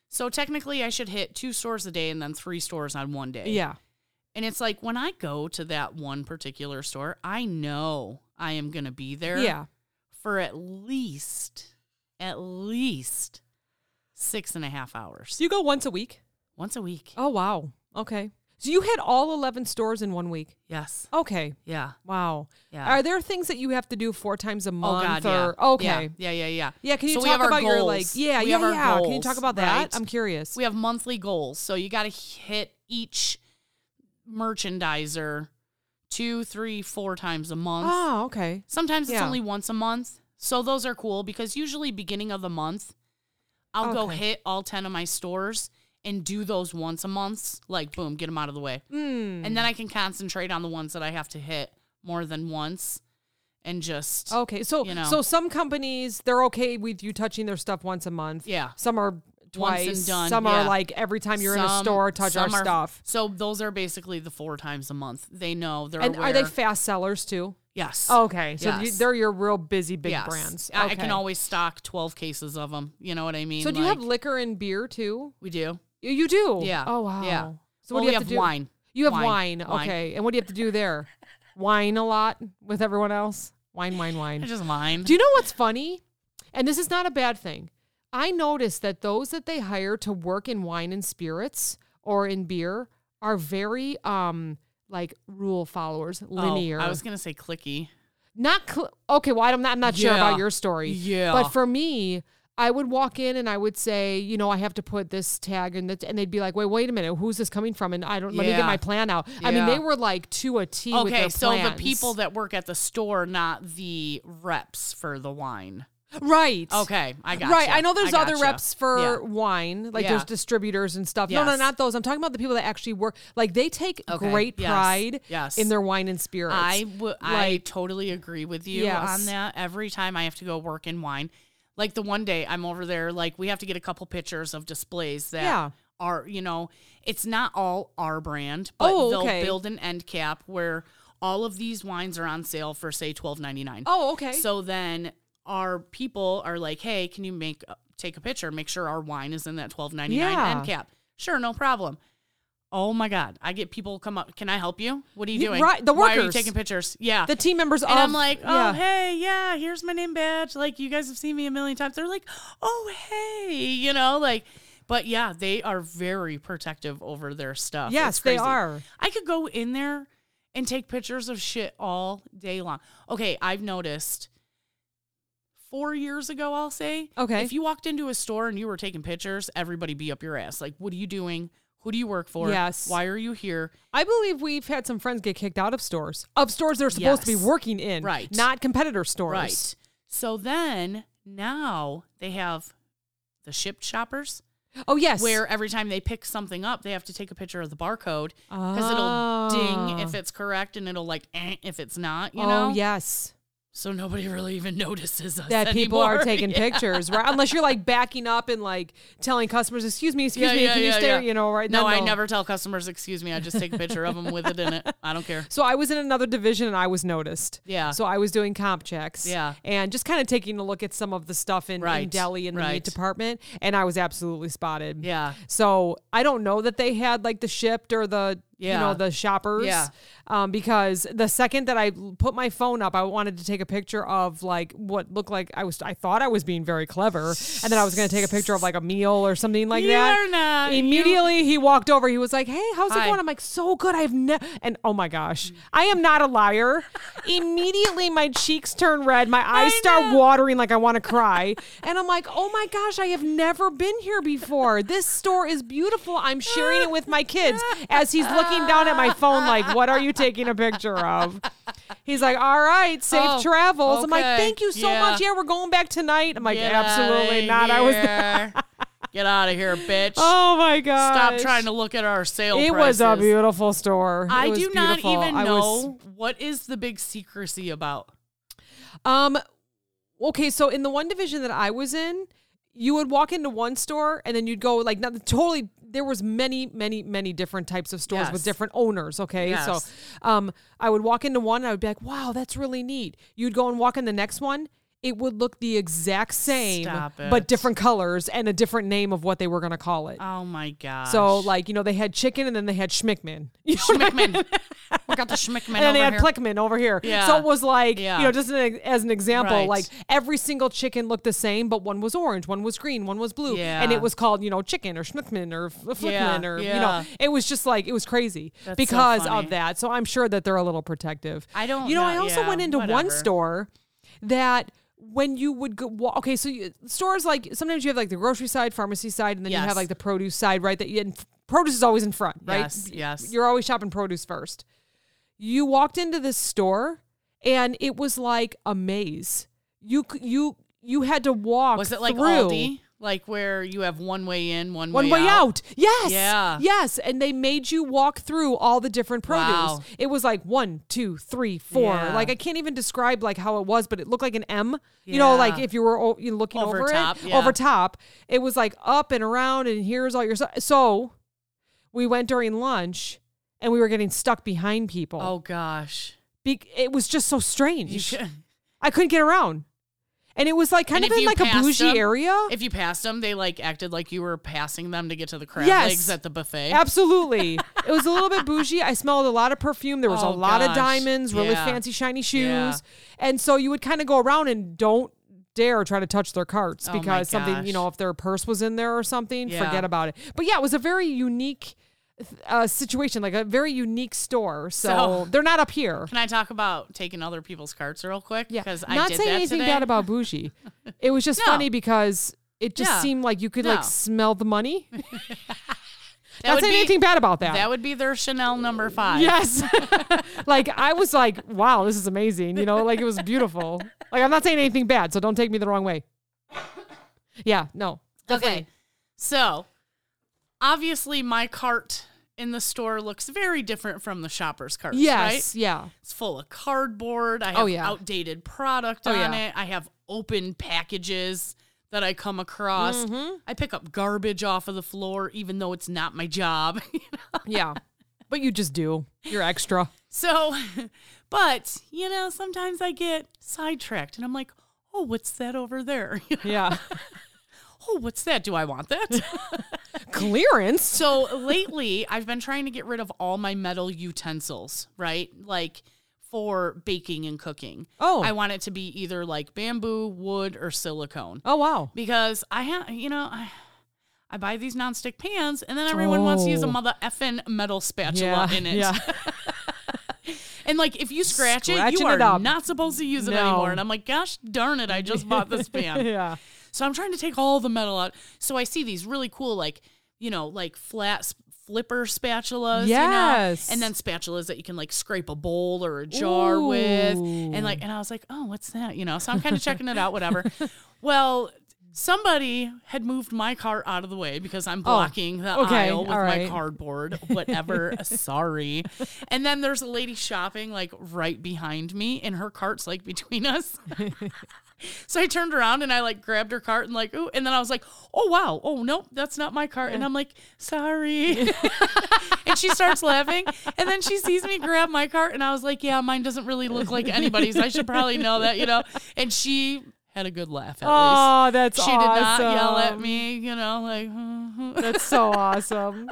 S2: So technically, I should hit two stores a day and then three stores on one day.
S1: yeah.
S2: And it's like when I go to that one particular store, I know I am going to be there
S1: Yeah.
S2: for at least, at least six and a half hours
S1: So you go once a week?
S2: once a week.
S1: Oh, wow. Okay. So you hit all 11 stores in one week.
S2: Yes.
S1: Okay.
S2: Yeah.
S1: Wow.
S2: Yeah.
S1: Are there things that you have to do four times a
S2: Oh,
S1: month
S2: God.
S1: or
S2: yeah.
S1: okay.
S2: Yeah. Yeah. Yeah. Yeah.
S1: Yeah, can you
S2: So we
S1: talk
S2: have our
S1: about your like
S2: goals.
S1: yeah,
S2: We
S1: yeah,
S2: have our
S1: yeah. can you talk
S2: goals,
S1: about
S2: right?
S1: that? I'm curious.
S2: We have monthly goals. So you got to hit each merchandiser two, three, four times a month.
S1: oh, okay.
S2: Sometimes it's
S1: yeah.
S2: only once a month. So those are cool because usually beginning of the month, I'll go
S1: Okay.
S2: hit all 10 of my stores and do those once a month. Like, boom, get them out of the way.
S1: Mm.
S2: And then I can concentrate on the ones that I have to hit more than once and just,
S1: Okay. So
S2: you know.
S1: so some companies they're okay with you touching their stuff once a month.
S2: yeah.
S1: Some are
S2: Once
S1: twice.
S2: and done,
S1: some
S2: yeah.
S1: are like every time you're in a
S2: Some-
S1: store touch our
S2: some are-
S1: stuff.
S2: So those are basically the four times a month. They know they're
S1: And
S2: aware.
S1: are they fast sellers too?
S2: yes.
S1: Okay. So you,
S2: Yes.
S1: they're your real busy big
S2: yes.
S1: brands.
S2: I- I
S1: Okay.
S2: can always stock twelve cases of them. You know what I mean?
S1: So do you have
S2: Like,
S1: liquor and beer too?
S2: We do.
S1: You- You do.
S2: Yeah.
S1: Oh wow.
S2: Yeah.
S1: So what
S2: Well,
S1: do
S2: we
S1: you have,
S2: have
S1: to do?
S2: wine.
S1: You have
S2: Wine.
S1: wine.
S2: Wine.
S1: Okay. And what do you have to do there? wine a lot with everyone else. Wine, wine,
S2: I
S1: wine.
S2: just wine.
S1: Do you know what's funny? And this is not a bad thing. I noticed that those that they hire to work in wine and spirits or in beer are very um like rule followers, linear.
S2: Oh, I was gonna say clicky.
S1: not cl- okay. Well, I'm not. I'm not sure
S2: Yeah.
S1: about your story.
S2: Yeah.
S1: But for me, I would walk in and I would say, you know, I have to put this tag and that, and they'd be like, wait, wait a minute, who's this coming from? And I don't let me
S2: Yeah.
S1: get my plan out. I mean,
S2: Yeah.
S1: they were like to a T. with
S2: okay,
S1: their
S2: so the
S1: plans.
S2: people that work at the store, not the reps for the wine.
S1: right?
S2: Okay, I got
S1: Right, I know there's other
S2: gotcha.
S1: reps for
S2: Yeah.
S1: wine, like
S2: Yeah.
S1: there's distributors and stuff. No, no,
S2: Yes.
S1: not those. I'm talking about the people that actually work. Like they take
S2: Okay,
S1: great
S2: yes,
S1: pride
S2: yes.
S1: in their wine and spirits.
S2: I w- I totally agree with you
S1: Yes.
S2: on that. Every time I have to go work in wine, like the one day I'm over there, like we have to get a couple pictures of displays that
S1: Yeah.
S2: are, you know, it's not all our brand, but
S1: Oh,
S2: they'll
S1: okay.
S2: build an end cap where all of these wines are on sale for say twelve ninety nine.
S1: oh, okay.
S2: So then our people are like, "Hey, can you make uh, take a picture? Make sure our wine is in that twelve ninety nine
S1: Yeah.
S2: end cap." Sure, no problem. Oh my god, I get people come up. Can I help you? What are you
S1: You-
S2: doing?
S1: right, the
S2: Why are you
S1: workers.
S2: taking pictures? Yeah.
S1: the team members
S2: and
S1: of,
S2: I'm like, oh
S1: yeah.
S2: hey, yeah, here's my name badge. Like you guys have seen me a million times. They're like, oh hey, you know, like, but yeah, they are very protective over their stuff.
S1: yes,
S2: It's
S1: they
S2: crazy.
S1: are.
S2: I could go in there and take pictures of shit all day long. Okay, I've noticed four years ago, I'll say.
S1: Okay.
S2: If you walked into a store and you were taking pictures, everybody be up your ass. Like, what are you doing? Who do you work for?
S1: Yes.
S2: Why are you here?
S1: I believe we've had some friends get kicked out of stores, of stores they're supposed to
S2: Yes.
S1: be working in,
S2: Right.
S1: Not competitor stores,
S2: Right. So then now they have the shipped shoppers
S1: Oh yes,
S2: where every time they pick something up, they have to take a picture of the barcode because it'll ding
S1: Ah.
S2: if it's correct and it'll like eh, if it's not, you
S1: oh
S2: know?
S1: yes,
S2: So nobody really even notices us
S1: that people are
S2: anymore.
S1: taking
S2: Yeah.
S1: pictures, right? Unless you're like backing up and like telling customers, "Excuse me, excuse
S2: Yeah,
S1: me,
S2: yeah,
S1: can
S2: yeah,
S1: you stay?"
S2: yeah.
S1: You know, right?
S2: No,
S1: Then
S2: I
S1: they'll-
S2: never tell customers, excuse me. I just take a picture of them with it in it. I don't care.
S1: So I was in another division and I was noticed.
S2: Yeah.
S1: So I was doing comp checks.
S2: Yeah.
S1: And just kind of taking a look at some of the stuff in, in
S2: Right,
S1: Delhi in the
S2: right.
S1: meat department, and I was absolutely spotted.
S2: Yeah.
S1: So I don't know that they had like the shipped or the you
S2: Yeah.
S1: know the shoppers.
S2: Yeah.
S1: Um, because the second that I l- put my phone up, I wanted to take a picture of like what looked like I was I thought I was being very clever, and then I was going to take a picture of like a meal or something like
S2: You
S1: that.
S2: are not. You-
S1: Immediately he walked over. He was like, "Hey, how's
S2: Hi.
S1: it going?" I'm like, "So good. I've never." And oh my gosh, I am not a liar. Immediately my cheeks turn red. My eyes start watering like I want to cry. And I'm like, "Oh my gosh, I have never been here before. This store is beautiful. I'm sharing it with my kids." As he's looking down at my phone, like, "What are you taking a picture of?" He's like, "All right, safe
S2: Oh,
S1: travels." I'm like,
S2: okay.
S1: "Thank you so
S2: Yeah.
S1: much. Yeah, we're going back tonight." I'm like,
S2: Get outta
S1: "Absolutely not. I was."
S2: here. Get out of here, bitch.
S1: Oh my god!
S2: Stop trying to look at our sale
S1: It
S2: prices.
S1: was a beautiful store. It
S2: I
S1: was
S2: do not
S1: beautiful.
S2: even
S1: I was-
S2: know what is the big secrecy about.
S1: Um, okay, so in the one division that I was in, you would walk into one store and then you'd go like not totally. There was many, many, many different types of stores
S2: Yes.
S1: with different owners. Okay, so
S2: Yes.
S1: um, I would walk into one and I would be like, "Wow, that's really neat." You'd go and walk in the next one. It would look the exact same,
S2: Stop it.
S1: but different colors and a different name of what they were going to call it.
S2: Oh my gosh.
S1: so, like you know, they had chicken and then they had schmickman. You know what I
S2: Schmickman. we got the Schmickman
S1: and then they
S2: over
S1: had
S2: here.
S1: Plickman over here.
S2: Yeah.
S1: So it was like,
S2: Yeah.
S1: you know, just an, as an example,
S2: Right.
S1: like every single chicken looked the same, but one was orange, one was green, one was blue.
S2: Yeah.
S1: And it was called, you know, chicken or Schmickman or F- Flickman
S2: Yeah,
S1: or, you
S2: yeah.
S1: know, it was just like, it was crazy
S2: That's so
S1: because
S2: funny.
S1: of that. So I'm sure that they're a little protective.
S2: I don't
S1: You know,
S2: know-
S1: I also
S2: yeah,
S1: went into
S2: whatever.
S1: one store that when you would go, wa- okay, so you, stores like sometimes you have like the grocery side, pharmacy side, and then you
S2: Yes.
S1: have like the produce side, right? That you, and f- produce is always in front, right?
S2: Yes, yes.
S1: You're always shopping produce first you walked into this store and it was like a maze. You c- you you had to walk.
S2: Was it like
S1: through.
S2: Aldi? Like where you have one way in, one,
S1: One way out. Yes.
S2: Yeah.
S1: Yes. And they made you walk through all the different produce.
S2: Wow.
S1: It was like one, two, three, four.
S2: Yeah.
S1: Like I can't even describe like how it was, but it looked like an M. You know, like
S2: Yeah.
S1: if you were o- you looking
S2: Over
S1: over,
S2: top,
S1: it,
S2: yeah.
S1: over top. It was like up and around, and here's all your stuff. So we went during lunch, and we were getting stuck behind people.
S2: Oh gosh.
S1: Be- it was just so strange.
S2: You should,
S1: I couldn't get around. And it was like kind
S2: And
S1: of
S2: if
S1: in
S2: you
S1: like a
S2: passed
S1: bougie
S2: them-
S1: area.
S2: if you passed them, they like acted like you were passing them to get to the crab
S1: Yes.
S2: legs at the buffet.
S1: Absolutely. it was a little bit bougie. I smelled a lot of perfume. There was
S2: Oh,
S1: a lot
S2: gosh.
S1: of diamonds, really
S2: Yeah.
S1: fancy shiny shoes.
S2: Yeah.
S1: And so you would kind of go around and don't dare try to touch their carts
S2: Oh, my
S1: because something,
S2: gosh.
S1: you know, if their purse was in there or something,
S2: Yeah.
S1: forget about it. But yeah, it was a very unique uh, situation, like a very unique store. So,
S2: So-
S1: they're not up here.
S2: Can I talk about taking other people's carts real quick?
S1: Yeah.
S2: Because I
S1: not
S2: did
S1: saying
S2: that
S1: anything
S2: today.
S1: bad about bougie. It was just
S2: No.
S1: funny because it just
S2: Yeah.
S1: seemed like you could
S2: No.
S1: like smell the money.
S2: that
S1: Not
S2: would
S1: saying
S2: be,
S1: anything bad about that.
S2: That would be their Chanel number five.
S1: yes. like I was like, wow, this is amazing. You know, like it was beautiful. Like I'm not saying anything bad, so don't take me the wrong way. Yeah, no.
S2: Okay. So obviously my cart in the store looks very different from the shopper's cart.
S1: Yes,
S2: Right?
S1: yeah.
S2: It's full of cardboard. I have
S1: Oh, yeah.
S2: outdated product
S1: Oh,
S2: on
S1: yeah.
S2: it. I have open packages that I come across.
S1: Mm-hmm.
S2: I pick up garbage off of the floor, even though it's not my job. you know?
S1: Yeah. But you just do. You're extra.
S2: So, but you know, sometimes I get sidetracked and I'm like, oh, what's that over there?
S1: Yeah.
S2: oh, what's that? Do I want that?
S1: Clearance.
S2: so lately, I've been trying to get rid of all my metal utensils, right? Like for baking and cooking.
S1: Oh.
S2: I want it to be either like bamboo, wood, or silicone
S1: Oh wow.
S2: because I have, you know, I. I buy these nonstick pans, and then everyone wants to use a
S1: Oh.
S2: mother effing metal spatula in it.
S1: Yeah.
S2: And like, if you scratch it, you
S1: Scratching
S2: are
S1: it up.
S2: not supposed to use it
S1: No.
S2: anymore. And I'm like, gosh darn it, I just bought this pan.
S1: yeah.
S2: so I'm trying to take all the metal out. So I see these really cool, like, you know, like flat s- flipper spatulas.
S1: Yes.
S2: You know? And then spatulas that you can like scrape a bowl or a jar with. And
S1: Ooh.
S2: like, and I was like, oh, what's that? You know, so I'm kind of checking it out, whatever. well, Somebody had moved my cart out of the way because I'm blocking the
S1: Oh, okay,
S2: aisle with
S1: all
S2: my
S1: right.
S2: cart cardboard, whatever. sorry. And then there's a lady shopping like right behind me, and her cart's like between us. so I turned around and I like grabbed her cart and like, ooh, and then I was like, oh wow, oh nope, that's not my cart. And I'm like, sorry. and she starts laughing, and then she sees me grab my cart, and I was like, yeah, mine doesn't really look like anybody's. I should probably know that, you know. And she had a good laugh at least.
S1: Oh, that's
S2: She did not yell at
S1: awesome.
S2: me, you know, like. "Uh-huh."
S1: That's so awesome.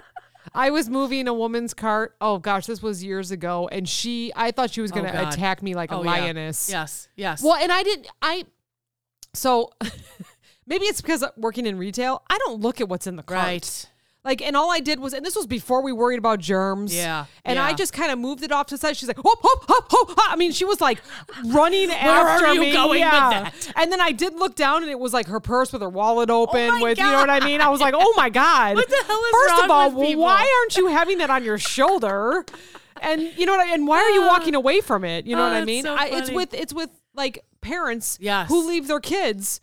S1: I was moving a woman's cart. Oh gosh, this was years ago, and she. I thought she was going to
S2: Oh, God.
S1: attack me like a
S2: Oh, yeah.
S1: lioness.
S2: Yes, yes.
S1: Well, and I didn't. I. So, maybe it's because I'm working in retail, I don't look at what's in the cart.
S2: Right.
S1: Like, and all I did was, and this was before we worried about germs.
S2: Yeah,
S1: And
S2: yeah.
S1: I just kind of moved it off to the side. She's like, hop, hop, hop, hop, hop. I mean, she was like running after
S2: are you
S1: me.
S2: going with
S1: yeah.
S2: that? Oh
S1: And then I did look down, and it was like her purse with her wallet open.
S2: my
S1: with you know what I mean? I was like, oh my god.
S2: What the hell is
S1: First
S2: wrong
S1: of all,
S2: with people?
S1: why aren't you having that on your shoulder? And you know what? I, and why are you walking away from it? You know
S2: Oh,
S1: what I
S2: that's
S1: mean?
S2: so
S1: I, it's
S2: funny.
S1: with it's with like parents
S2: Yes.
S1: who leave their kids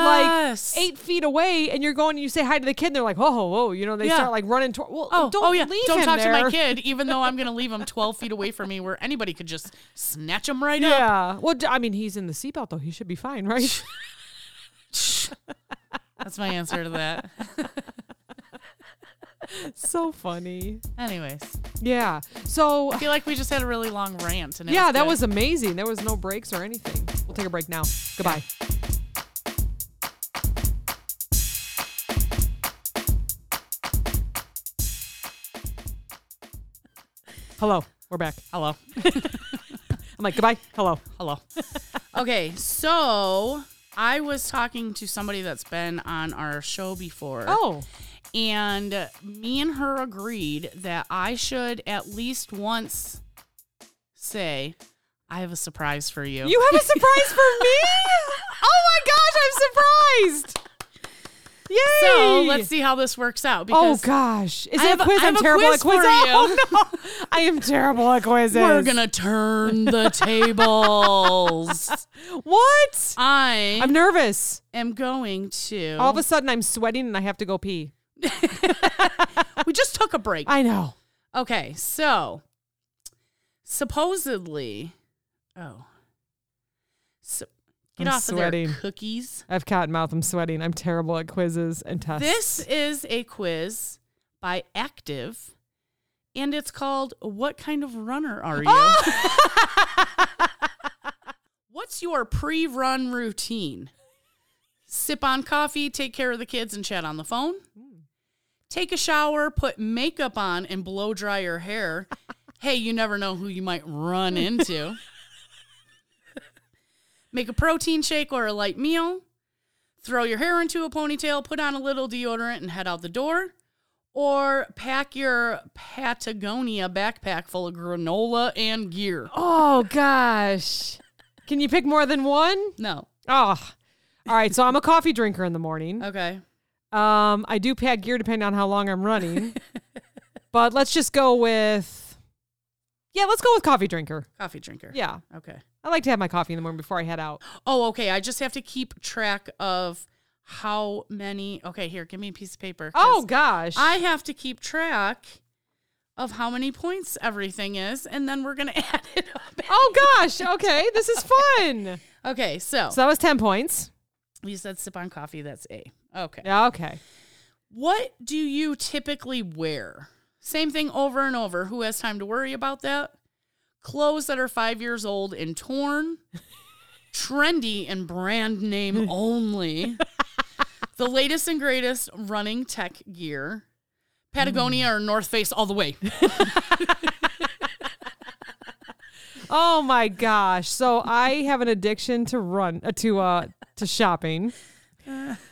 S2: Yes.
S1: like eight feet away, and you're going and you say hi to the kid, and they're like, "Whoa, whoa, whoa!" You know, they
S2: Yeah.
S1: start like running toward. Well,
S2: Oh,
S1: don't
S2: oh yeah.
S1: leave
S2: don't
S1: him
S2: talk to my
S1: there.
S2: kid, even though I'm going to leave him 12 feet away from me where anybody could just snatch him right up.
S1: Yeah. Well, d- I mean, he's in the seatbelt though. He should be fine, right?
S2: That's my answer to that.
S1: so funny.
S2: Anyways,
S1: Yeah. So
S2: I feel like we just had a really long rant. And it
S1: yeah, that
S2: good.
S1: was amazing. There was no breaks or anything. We'll take a break now. Goodbye. Hello. We're back.
S2: Hello.
S1: I'm like, goodbye. Hello.
S2: Hello. okay, so I was talking to somebody that's been on our show before.
S1: Oh.
S2: And me and her agreed that I should at least once say, I have a surprise for you.
S1: You have a surprise for me? Oh my gosh, I'm surprised. Yay.
S2: so let's see how this works out.
S1: Oh
S2: Because
S1: gosh. Is
S2: I
S1: it
S2: have
S1: a
S2: a-
S1: quiz?
S2: I
S1: I'm
S2: have a
S1: terrible
S2: quiz
S1: at quizzes.
S2: for
S1: Oh, no. I am terrible at quizzes.
S2: we're going to turn the tables.
S1: What?
S2: I Oh.
S1: I'm nervous.
S2: am going to.
S1: All of a sudden, I'm sweating and I have to go pee.
S2: we just took a break.
S1: I know.
S2: Okay, so supposedly, oh, so get
S1: I'm
S2: off
S1: sweating.
S2: of their cookies.
S1: I've cotton mouth. I'm sweating. I'm terrible at quizzes and tests.
S2: This is a quiz by Active, and it's called "What kind of runner are you?" What's your pre-run routine? Sip on coffee, take care of the kids, and chat on the phone. Take a shower, put makeup on, and blow dry your hair. hey, you never know who you might run into. Make a protein shake or a light meal. Throw your hair into a ponytail, put on a little deodorant, and head out the door. Or pack your Patagonia backpack full of granola and gear.
S1: Oh gosh. Can you pick more than one?
S2: No.
S1: Oh. All right. So I'm a coffee drinker in the morning.
S2: Okay.
S1: Um, I do pack gear depending on how long I'm running. but let's just go with. Yeah, let's go with coffee drinker.
S2: Coffee drinker.
S1: Yeah.
S2: Okay.
S1: I like to have my coffee in the morning before I head out.
S2: Oh, okay. I just have to keep track of how many. Okay, here, give me a piece of paper. 'cause
S1: Oh gosh.
S2: I have to keep track of how many points everything is, and then we're going to add it up.
S1: oh gosh. Okay. This is fun.
S2: Okay, so,
S1: So that was 10 points.
S2: you said sip on coffee. That's A. Okay.
S1: Yeah, okay.
S2: What do you typically wear? Same thing over and over. Who has time to worry about that? Clothes that are five years old and torn, trendy and brand name only, the latest and greatest running tech gear, Patagonia
S1: Hmm.
S2: or North Face all the way.
S1: Oh my gosh. So I have an addiction to run uh, to uh to shopping.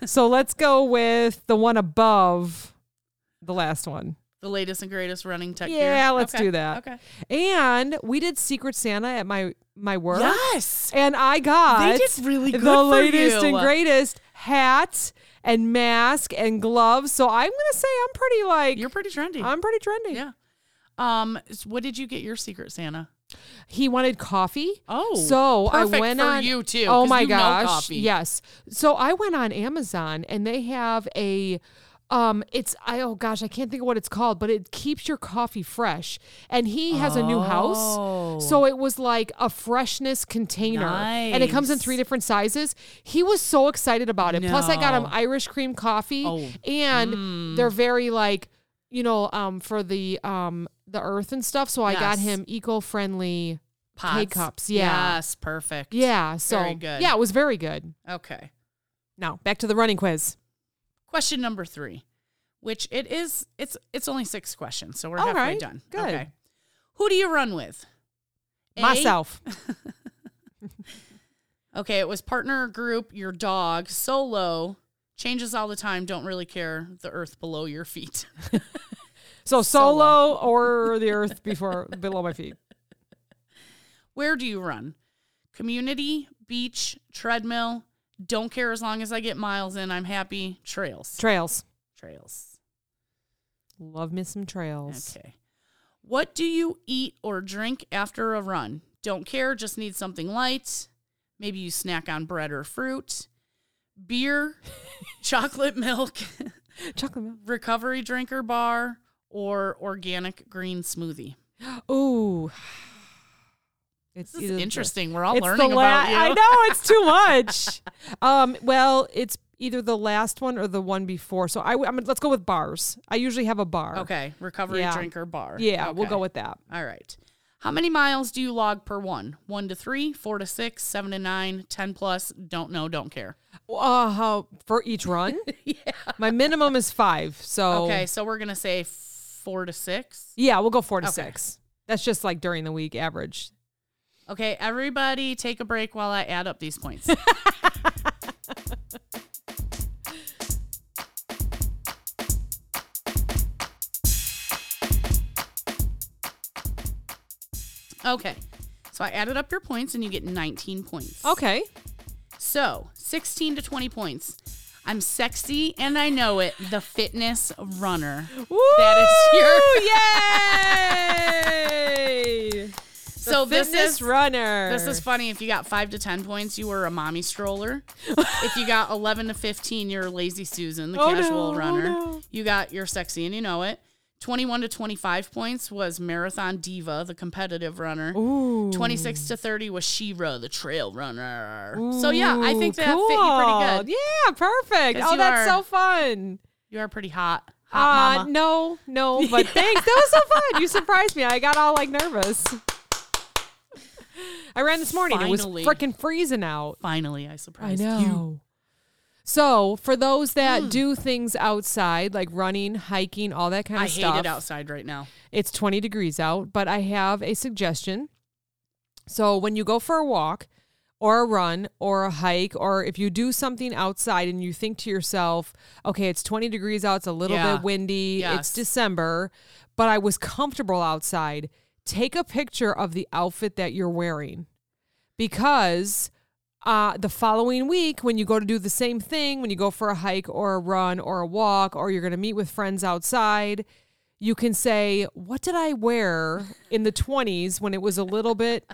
S1: So let's go with the one above the last one.
S2: The latest and greatest running tech gear.
S1: Yeah, let's
S2: Okay,
S1: do that.
S2: Okay.
S1: And we did Secret Santa at my my work.
S2: Yes.
S1: And I got
S2: They did really good
S1: the
S2: for
S1: latest
S2: you.
S1: and greatest hat and mask and gloves. So I'm gonna say I'm pretty like
S2: You're pretty trendy.
S1: I'm pretty trendy.
S2: yeah. Um, s- what did you get your Secret Santa?
S1: He wanted coffee.
S2: Oh,
S1: so I
S2: perfect
S1: went
S2: for
S1: on
S2: you too,
S1: Oh
S2: 'cause
S1: my
S2: you know
S1: gosh,
S2: coffee.
S1: yes. So I went on Amazon and they have a. Um, it's I oh gosh I can't think of what it's called, but it keeps your coffee fresh. And he has a new
S2: Oh.
S1: house, so it was like a freshness container, and it comes in
S2: Nice.
S1: three different sizes. He was so excited about it. Plus, I got him
S2: No.
S1: Irish cream coffee,
S2: Oh. mm.
S1: and they're very like you know um for the um the earth and stuff. So I got
S2: Yes.
S1: him eco friendly
S2: Pods.
S1: cups, yeah.
S2: Yes, perfect.
S1: yeah, so
S2: Very good.
S1: yeah, it was very good.
S2: Okay.
S1: Now back to the running quiz.
S2: Question number three, which it is, it's it's only six questions, so we're
S1: All
S2: halfway
S1: right,
S2: done.
S1: good.
S2: Who do you run with? A-
S1: Myself,
S2: okay, it was partner, group, your dog, solo, changes all the time, don't really care, the earth below your feet.
S1: so solo or the earth before below my feet.
S2: Where do you run? Community, beach, treadmill, don't care as long as I get miles in, I'm happy, trails.
S1: Trails,
S2: trails.
S1: love me some trails.
S2: Okay. What do you eat or drink after a run? Don't care, just need something light. Maybe you snack on bread or fruit, beer, chocolate milk,
S1: Chocolate milk.
S2: recovery drinker bar, or organic green smoothie.
S1: Ooh. It's
S2: This is
S1: either the-
S2: interesting. We're all
S1: it's
S2: learning
S1: the
S2: about
S1: la-
S2: you.
S1: I know it's too much. um, well, it's either the last one or the one before. So I, w- I'm, let's go with bars. I usually have a bar.
S2: Okay, recovery
S1: Yeah.
S2: drinker bar.
S1: Yeah, we'll
S2: Okay.
S1: go with that.
S2: All right. How many miles do you log per one? One to three, four to six, seven to nine, ten plus. Don't know, don't care.
S1: Uh, how, for each run,
S2: Yeah.
S1: my minimum is five. So
S2: Okay, so we're gonna say four to six.
S1: yeah, we'll go four to
S2: Okay.
S1: six. That's just like during the week average.
S2: Okay, everybody, take a break while I add up these points. okay, so I added up your points and you get 19 points.
S1: Okay.
S2: So, 16 to 20 points. I'm sexy and I know it. The fitness runner.
S1: Woo! Yay!
S2: so this
S1: Fitness
S2: is
S1: runner.
S2: this is funny. If you got 5 to 10 points, you were a mommy stroller. if you got 11 to 15, you're lazy Susan, the
S1: Oh,
S2: casual
S1: no. Oh,
S2: runner.
S1: no.
S2: You got you're sexy and you know it. 21 to 25 points was marathon diva, the competitive runner.
S1: Ooh.
S2: 26 to 30 was Shira, the trail runner. so yeah, I think that fit you pretty good.
S1: Cool. Yeah, perfect.
S2: 'Cause
S1: Oh,
S2: you
S1: that's
S2: are-
S1: so fun.
S2: You are pretty hot. Hot
S1: Uh,
S2: mama.
S1: no, no, but thanks. That was so fun. You surprised me. I got all like nervous. I ran this morning.
S2: Finally.
S1: It was freaking freezing out.
S2: Finally, I Hmm.
S1: I
S2: surprised you.
S1: know. So, for those that do things outside, like running, hiking, all that kind
S2: I
S1: of stuff,
S2: hate it outside right now.
S1: It's 20 degrees out, but I have a suggestion. So when you go for a walk or a run or a hike, or if you do something outside and you think to yourself, okay, it's 20 degrees out, it's a little
S2: Yeah.
S1: bit windy,
S2: Yes.
S1: it's December, but I was comfortable outside, take a picture of the outfit that you're wearing because uh, the following week, when you go to do the same thing, when you go for a hike or a run or a walk, or you're going to meet with friends outside, you can say, What did I wear in the 20s when it was a little bit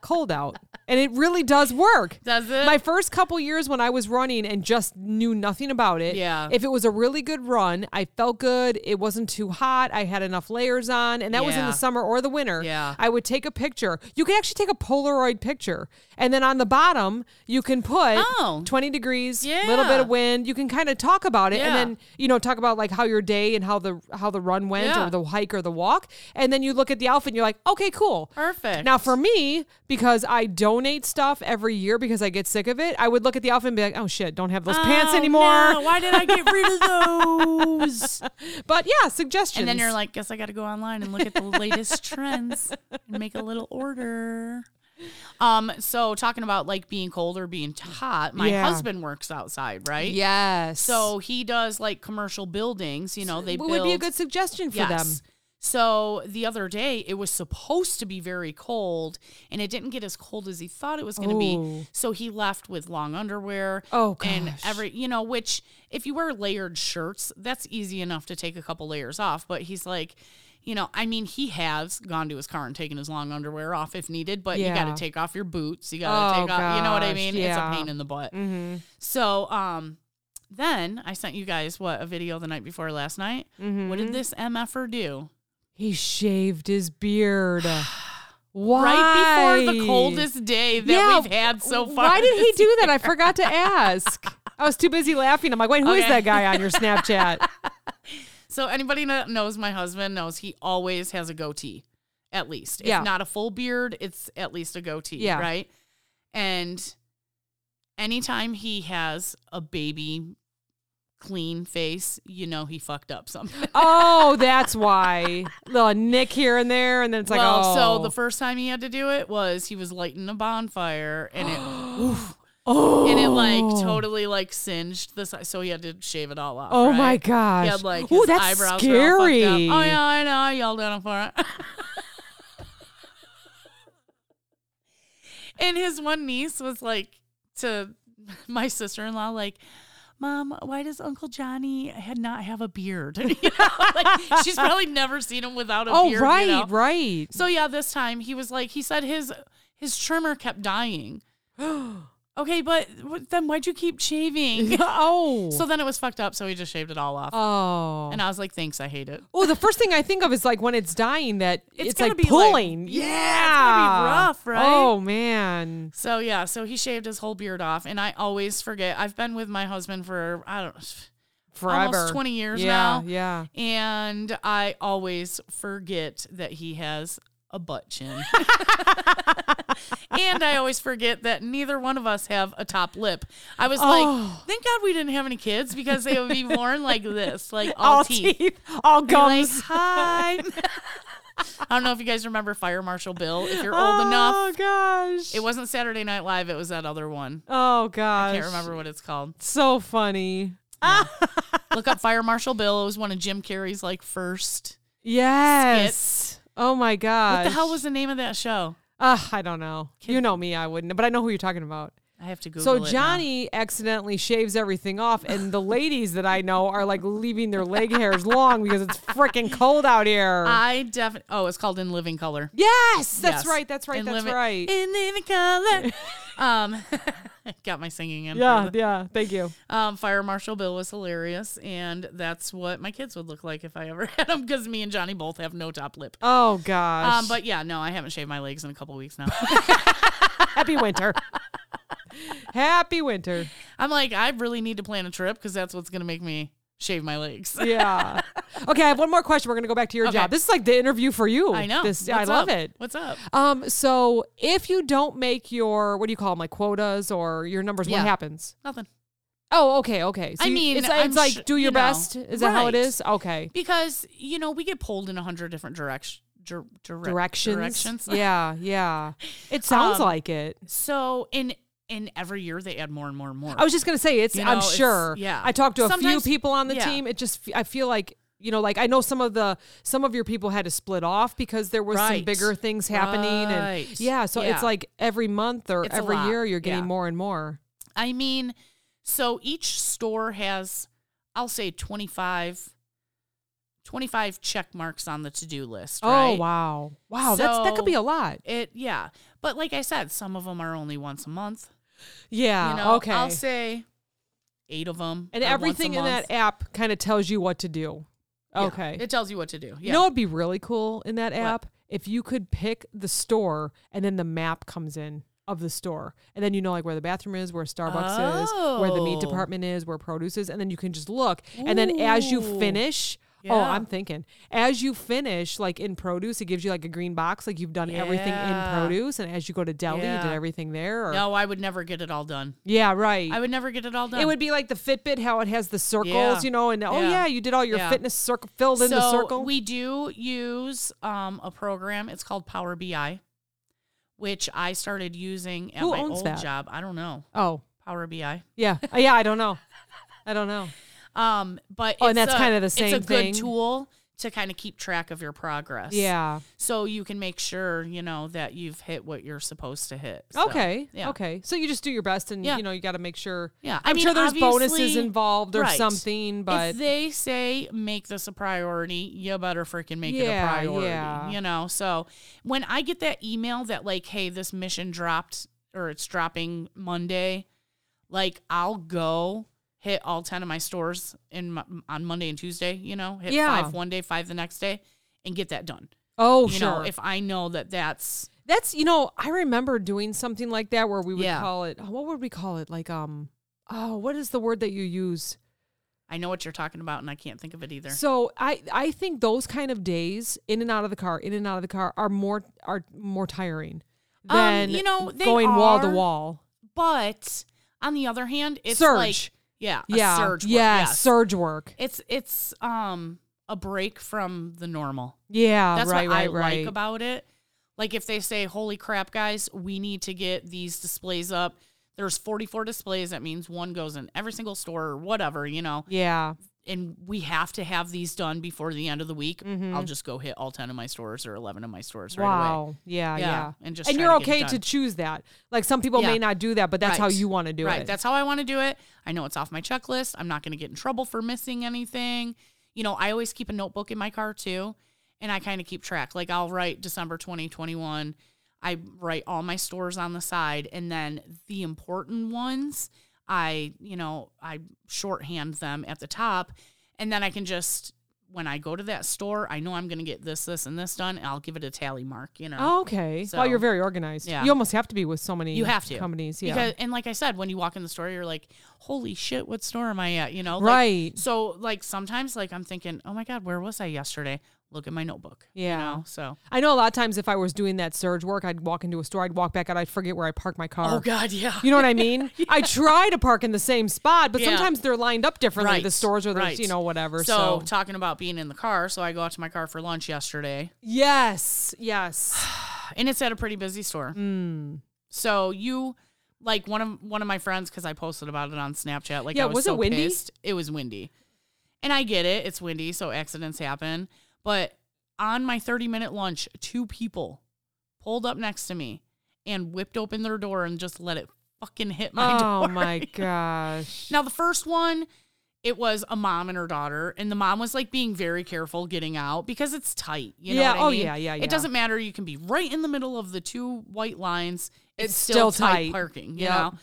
S1: cold out? And it really does work.
S2: Does it?
S1: My first couple years when I was running and just knew nothing about it,
S2: Yeah.
S1: if it was a really good run, I felt good. It wasn't too hot. I had enough layers on, and that was in
S2: Yeah.
S1: the summer or the winter.
S2: Yeah.
S1: I would take a picture. You can actually take a Polaroid picture, and then on the bottom you can put
S2: Oh.
S1: 20 degrees, a little bit
S2: Yeah.
S1: of wind. You can kind of talk about it,
S2: Yeah.
S1: and then you know talk about like how your day and how the how the run went
S2: Yeah.
S1: or the hike or the walk, and then you look at the outfit and you're like, okay, cool.
S2: Perfect.
S1: Now, for me, because I donate stuff every year because I get sick of it, I would look at the outfit and be like, oh shit, don't have those pants
S2: Oh,
S1: anymore.
S2: no, Why did I get rid of those?
S1: But yeah, suggestions.
S2: and then you're like, guess I got to go online and look at the latest trends and make a little order. Um, so talking about like being cold or being hot, my
S1: Yeah.
S2: husband works outside, right?
S1: yes.
S2: So he does like commercial buildings. You know, they
S1: it
S2: build.
S1: would be a good suggestion for them.
S2: So the other day, it was supposed to be very cold, and it didn't get as cold as he thought it was going to
S1: Oh.
S2: be. So he left with long underwear.
S1: Oh,
S2: and
S1: gosh.
S2: every you know, which if you wear layered shirts, that's easy enough to take a couple layers off. But he's like, you know, I mean, he has gone to his car and taken his long underwear off if needed, but you got
S1: Yeah.
S2: to take off your boots. You got
S1: Oh,
S2: to take off. You know what I
S1: gosh,
S2: mean?
S1: yeah. Mm-hmm.
S2: It's a pain in the butt. So, um, then I sent you guys what a video the night before last night.
S1: Mm-hmm.
S2: What did this mf'er do?
S1: He shaved his beard. Why?
S2: Right before the coldest day that
S1: Yeah,
S2: we've had so far.
S1: Why did he do that? I forgot to ask. I was too busy laughing. I'm like, wait, who is
S2: Okay.
S1: that guy on your Snapchat?
S2: So anybody that knows my husband knows he always has a goatee, at least.
S1: Yeah.
S2: If not a full beard, it's at least a goatee,
S1: Yeah.
S2: right? And anytime he has a baby clean face, you know he fucked up something.
S1: oh, that's why. Little nick here and there, and then it's like,
S2: well,
S1: oh,
S2: so the first time he had to do it was he was lighting a bonfire and it oof,
S1: oh,
S2: and it like totally like singed the side, so he had to shave it all off.
S1: Oh
S2: right?
S1: my gosh!
S2: He had like
S1: Ooh,
S2: his
S1: that's
S2: eyebrows were all fucked up.
S1: scary.
S2: Oh yeah, I know. I yelled at him for it. and his one niece was like to my sister in law, like, "Mom, why does Uncle Johnny had not have a beard?" you know, like she's probably never seen him without a
S1: Oh,
S2: beard.
S1: right,
S2: you know?
S1: right.
S2: So yeah, this time he was like, he said his his trimmer kept dying. Okay, but w- then why'd you keep shaving?
S1: oh.
S2: so then it was fucked up, so he just shaved it all off.
S1: oh.
S2: and I was like, thanks, I hate it.
S1: oh, the first thing I think of is like when it's dying that it's,
S2: It's
S1: like
S2: gotta be, like-
S1: pulling.
S2: Yeah,
S1: yeah.
S2: it's gotta be rough, right?
S1: Oh, man.
S2: So yeah, so he shaved his whole beard off, and I always forget. I've been with my husband for I don't
S1: Forever.
S2: 20 years
S1: yeah,
S2: now.
S1: Yeah.
S2: and I always forget that he has a butt chin. and I always forget that neither one of us have a top lip. I was
S1: Oh.
S2: like, thank God we didn't have any kids because they would be born like this, like all, teeth.
S1: all
S2: Be like,
S1: gums.
S2: hi. I don't know if you guys remember Fire Marshal Bill. If you're old
S1: oh,
S2: enough,
S1: gosh.
S2: it wasn't Saturday Night Live. It was that other one.
S1: Oh gosh.
S2: I can't remember what it's called.
S1: So funny.
S2: Look up Fire Marshal Bill. It was one of Jim Carrey's like first.
S1: Yes. Oh my gosh.
S2: What the hell was the name of that show?
S1: Ugh, I don't know. You know me, I wouldn't, but I know who you're talking about.
S2: I have to Google it
S1: so
S2: now.
S1: Johnny accidentally shaves everything off, and the ladies that I know are like leaving their leg hairs long because it's freaking cold out here.
S2: I definitely. Oh, it's called In Living Color.
S1: yes, that's
S2: Yes.
S1: right. That's right.
S2: In
S1: that's
S2: Living-
S1: right.
S2: In Living Color. um, got my singing in. for
S1: yeah,
S2: the-
S1: yeah. Thank you.
S2: Um, Fire Marshal Bill was hilarious, and that's what my kids would look like if I ever had them, because me and Johnny both have no top lip.
S1: Oh gosh.
S2: Um, but yeah, no, I haven't shaved my legs in a couple weeks now.
S1: happy winter. happy winter.
S2: I'm like, I really need to plan a trip because that's what's gonna make me shave my legs.
S1: Yeah. Okay, I have one more question. We're gonna go back to your
S2: Okay.
S1: job. This is like the interview for you.
S2: I know.
S1: This I
S2: What's
S1: love
S2: up?
S1: it.
S2: What's up?
S1: Um, so if you don't make your what do you call them, like quotas or your numbers,
S2: Yeah.
S1: what happens?
S2: Nothing.
S1: Oh, okay, okay. So
S2: I
S1: you-
S2: mean,
S1: it's,
S2: I'm
S1: it's like
S2: su-
S1: do
S2: you
S1: your
S2: know,
S1: best. Is that how it
S2: right.
S1: is? Okay.
S2: Because you know we get pulled in a hundred different directions.
S1: Directions.
S2: Directions.
S1: yeah, yeah. It sounds
S2: Um,
S1: like it.
S2: So in in every year they add more and more and more.
S1: I was just gonna say it's.
S2: you know,
S1: I'm
S2: it's-
S1: sure.
S2: yeah.
S1: I talked to a few
S2: Sometimes-
S1: people on the
S2: yeah.
S1: team. It just. I feel like you know, like I know some of the some of your people had to split off because there was some
S2: Right.
S1: bigger things happening, and
S2: Right.
S1: yeah. So
S2: Yeah.
S1: it's like every month or
S2: It's a
S1: every
S2: lot.
S1: year you're getting
S2: Yeah.
S1: more and more.
S2: I mean, so each store has I'll say 25 25 check marks on the to-do list,
S1: Oh
S2: right?
S1: wow, wow. that's that could
S2: So-
S1: be a lot.
S2: It yeah. But like I said, some of them are only once a month.
S1: Yeah.
S2: you know,
S1: Ah, okay.
S2: I'll say 8 of them.
S1: and everything in that app kind of tells you what to do. Okay.
S2: It tells you what to do. Yeah.
S1: You know what'd be really cool in that app? If you could pick the store and then the map comes in of the store. And then you know like where the bathroom is, where Starbucks is, where the meat
S2: Oh.
S1: department is, where produce is, and then you can just look. And then as you
S2: Ooh.
S1: finish Oh,
S2: Yeah.
S1: I'm thinking. As you finish, like in produce, it gives you like a green box, like you've done everything in
S2: Yeah.
S1: produce. And as you go to deli, you did
S2: Yeah.
S1: everything there. Or,
S2: no, I would never get it all done.
S1: Yeah, right.
S2: I would never get it all done.
S1: It would be like the Fitbit, how it has the circles,
S2: Yeah.
S1: you know, and oh
S2: Yeah.
S1: yeah, you did all your
S2: Yeah.
S1: fitness circle filled in
S2: so
S1: the circle.
S2: we do use um, a program. It's called Power BI, which I started using at
S1: Who
S2: my
S1: owns
S2: old
S1: that?
S2: job. I don't know
S1: oh
S2: Power BI,
S1: yeah, Uh, yeah. I don't know. I don't know.
S2: um, but
S1: Oh, and
S2: it's
S1: that's
S2: a-
S1: kinda the same
S2: It's a
S1: thing.
S2: good tool to kind of keep track of your progress.
S1: Yeah.
S2: so you can make sure you know that you've hit what you're supposed to hit. So,
S1: Okay.
S2: yeah.
S1: Okay. So you just do your best, and
S2: Yeah.
S1: you know you got to make sure.
S2: Yeah, I
S1: I'm
S2: mean,
S1: sure there's bonuses
S2: obviously-
S1: involved or
S2: right.
S1: something, but
S2: if they say make this a priority, you better freaking make it
S1: Yeah,
S2: a priority.
S1: yeah.
S2: You know, so when I get that email that like, hey, this mission dropped or it's dropping Monday, like I'll go hit all ten of my stores in my, on Monday and Tuesday. You know, hit
S1: Yeah.
S2: five one day, five the next day, and get that done.
S1: oh
S2: you
S1: sure.
S2: know, if I know that that's
S1: That's you know I remember doing something like that where we would
S2: Yeah.
S1: call it. oh, What would we call it? Like um. Oh, what is the word that you use?
S2: I know what you're talking about, and I can't think of it either.
S1: So I I think those kind of days in and out of the car, in and out of the car are more are more tiring
S2: Um,
S1: than
S2: you know, they
S1: going wall to
S2: are.
S1: wall.
S2: But on the other hand, it's
S1: Surge.
S2: like yeah, a
S1: yeah,
S2: surge. work,
S1: yeah,
S2: yes.
S1: surge work.
S2: It's it's um a break from the normal.
S1: Yeah,
S2: That's
S1: Uh, right,
S2: what
S1: right,
S2: I
S1: right.
S2: like about it. Like if they say, "Holy crap, guys, we need to get these displays up." There's 44 displays. That means one goes in every single store or whatever, you know.
S1: yeah,
S2: And we have to have these done before the end of the week. I'll just go hit all 10 of my stores or 11 of my stores right away.
S1: Mm-hmm. wow, yeah, yeah,
S2: Yeah, and just
S1: and
S2: try
S1: you're
S2: to get it
S1: okay to
S2: done.
S1: choose that. Like some people
S2: Yeah.
S1: may not do that, but that's how
S2: Right.
S1: you want to do
S2: right.
S1: it.
S2: That's how I want to do it. I know it's off my checklist. I'm not going to get in trouble for missing anything. You know, I always keep a notebook in my car too, and I kind of keep track. Like I'll write December 2021. I write all my stores on the side and then the important ones I, you know, I shorthand them at the top and then I can just when I go to that store, I know I'm going to get this this and this done and I'll give it a tally mark, you know.
S1: Oh, okay.
S2: So-
S1: well, you're very organized.
S2: Yeah.
S1: You almost have to be with so many
S2: You have to.
S1: companies. Yeah.
S2: Because and like I said, when you walk in the store, you're like, "Holy shit, what store am I at?" You know, like-
S1: Right.
S2: So like sometimes, like I'm thinking, "Oh my god, where was I yesterday?" Look at my notebook.
S1: Yeah.
S2: You know, so
S1: I know a lot of times if I was doing that surge work, I'd walk into a store, I'd walk back out, I'd forget where I parked my car.
S2: Oh god, yeah.
S1: You know what I mean? I try to park in the same spot, but
S2: Yeah.
S1: sometimes they're lined up differently.
S2: Right,
S1: The stores or the
S2: right.
S1: you know whatever.
S2: So,
S1: So,
S2: talking about being in the car, so I go out to my car for lunch yesterday,
S1: yes, yes. Hmm.
S2: and it's at a pretty busy store. So you, like one of one of my friends, because I posted about it on Snapchat. Like,
S1: Yeah,
S2: I was,
S1: was it
S2: so
S1: windy?
S2: pissed. It was windy, and I get it. It's windy, so accidents happen. But on my thirty minute lunch, two people pulled up next to me and whipped open their door and just let it fucking hit my door.
S1: oh my gosh.
S2: Now the first one, it was a mom and her daughter, and the mom was like being very careful getting out because it's tight. You know
S1: Yeah,
S2: what I
S1: oh,
S2: mean?
S1: yeah, yeah, yeah.
S2: It doesn't matter. You can be right in the middle of the two white lines. It's,
S1: It's
S2: still,
S1: still
S2: tight,
S1: tight.
S2: parking. You
S1: Yep.
S2: know.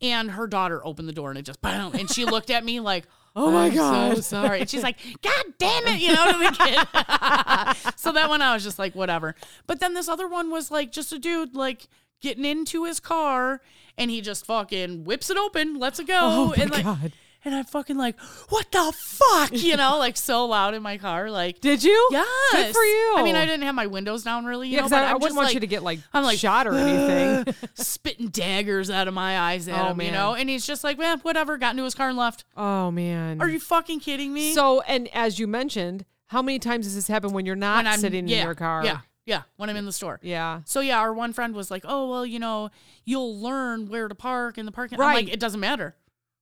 S2: And her daughter opened the door and it just boom, and she looked at me like.
S1: Oh my
S2: "I'm So
S1: God."
S2: sorry. And she's like, God damn it, you know, to the kid. so that one I was just like, whatever. But then this other one was like just a dude like getting into his car and he just fucking whips it open, lets it go.
S1: Oh my
S2: and like
S1: god.
S2: and I'm fucking like, what the fuck? You know, like so loud in my car. Like,
S1: Did you?
S2: yes.
S1: Good for you.
S2: I mean, I didn't have my windows down really. You
S1: Yeah,
S2: know,
S1: because
S2: but
S1: I, I
S2: I'm
S1: wouldn't
S2: just
S1: want
S2: like,
S1: you to get like
S2: I'm like,
S1: shot or anything.
S2: spitting daggers out of my eyes at
S1: Oh,
S2: him, you
S1: man.
S2: know? And he's just like, eh, whatever, got into his car and left.
S1: oh man.
S2: Are you fucking kidding me?
S1: So, and as you mentioned, how many times has this happened when you're not
S2: When I'm-
S1: sitting
S2: yeah,
S1: in your car?
S2: Yeah. Yeah. When I'm in the store.
S1: Yeah.
S2: So yeah, our one friend was like, "Oh well, you know, you'll learn where to park in the parking." I'm
S1: Right.
S2: like, it doesn't matter.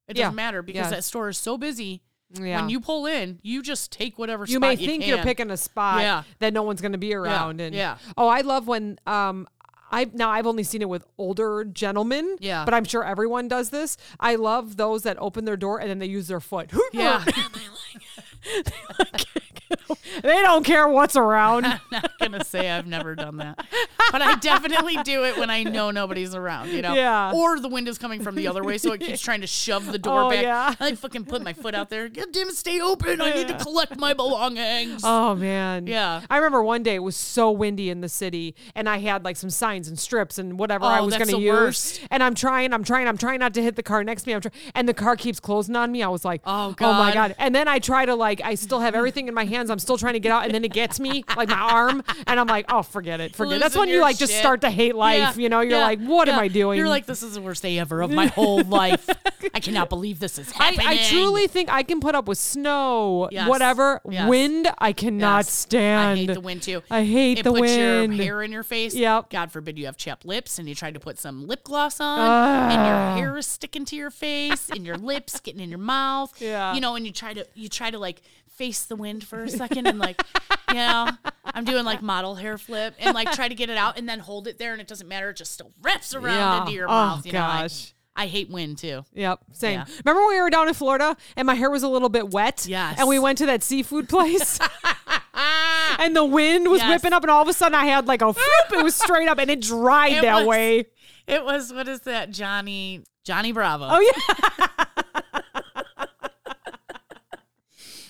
S2: It
S1: Yeah.
S2: doesn't matter because
S1: Yeah.
S2: that store is so busy.
S1: Yeah.
S2: When you pull in, you just take whatever
S1: you
S2: spot
S1: may think you are
S2: can.
S1: picking a spot
S2: Yeah.
S1: that no one's going to be around and
S2: yeah.
S1: oh i love when um i now i've only seen it with older gentlemen
S2: Yeah.
S1: but i'm sure everyone does this i love those that open their door and then they use their foot
S2: Yeah,
S1: they don't care what's around
S2: not gonna say I've never done that, but I definitely do it when I know nobody's around. You know,
S1: Yeah.
S2: Or the window's coming from the other way, so it keeps trying to shove the door
S1: Oh,
S2: back.
S1: yeah.
S2: I like fucking put my foot out there. God damn it, stay open! I need to
S1: Yeah.
S2: collect my belongings.
S1: Oh man.
S2: Yeah.
S1: I remember one day it was so windy in the city and I had like some signs and strips and whatever I
S2: Oh,
S1: was
S2: that's
S1: gonna
S2: the
S1: use.
S2: worst.
S1: And I'm trying, I'm trying, I'm trying not to hit the car next to me. I'm trying and the car keeps closing on me. I was like,
S2: Oh,
S1: Oh my
S2: God.
S1: god. And then I try to like I still have everything in my hands. I'm still trying to get out and then it gets me, like my arm, and I'm like, Oh, forget it. Forget it. That's
S2: Losing
S1: when you
S2: your
S1: like just
S2: shit.
S1: start to hate life.
S2: Yeah,
S1: You know, you're
S2: yeah,
S1: like, What am
S2: yeah.
S1: I doing?
S2: You're like, this is the worst day ever of my whole life. I cannot believe this is
S1: I,
S2: happening.
S1: I truly think I can put up with snow,
S2: Yes,
S1: whatever.
S2: yes.
S1: Wind, I cannot
S2: Yes. I
S1: stand.
S2: hate the wind too.
S1: I hate
S2: it
S1: the
S2: puts
S1: wind.
S2: your hair in your face.
S1: Yep.
S2: God forbid you have chapped lips and you tried to put some lip gloss on and
S1: Ugh.
S2: your hair is sticking to your face and your lips getting in your mouth.
S1: Yeah.
S2: You know, and you try to you try to like face the wind for a second and like you know, I'm doing like model hair flip and like try to get it out and then hold it there and it doesn't matter. It just still wraps around
S1: Yeah.
S2: into your
S1: Oh,
S2: mouth. You know, I-
S1: gosh.
S2: I hate wind too.
S1: Yep, same.
S2: Yeah.
S1: Remember when we were down in Florida and my hair was a little bit wet?
S2: Yes.
S1: And we went to that seafood place. and the wind was
S2: Yes.
S1: whipping up, and all of a sudden I had like a flip. It was straight up, and it dried
S2: It
S1: that
S2: was.
S1: way.
S2: It was what is that, Johnny Johnny Bravo.
S1: Oh yeah,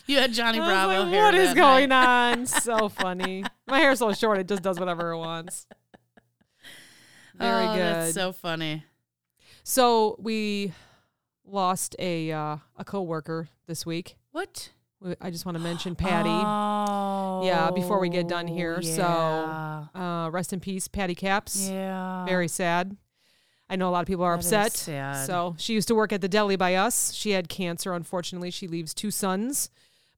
S2: You had Johnny
S1: I was
S2: Bravo
S1: like,
S2: hair.
S1: what is
S2: that
S1: going
S2: night.
S1: on? So funny. My hair's so short; it just does whatever it wants. Very
S2: Oh,
S1: good.
S2: That's
S1: so-,
S2: so funny.
S1: we lost a uh, a coworker this week.
S2: What?
S1: We- I just want to mention Patty.
S2: Oh,
S1: before we get done here, so-
S2: yeah.
S1: Uh, rest in peace, Patty Caps.
S2: yeah,
S1: Very sad. I know a lot of people are
S2: Oh. That is
S1: upset.
S2: sad.
S1: So she used to work at the deli by us. She had cancer, unfortunately. She leaves two sons.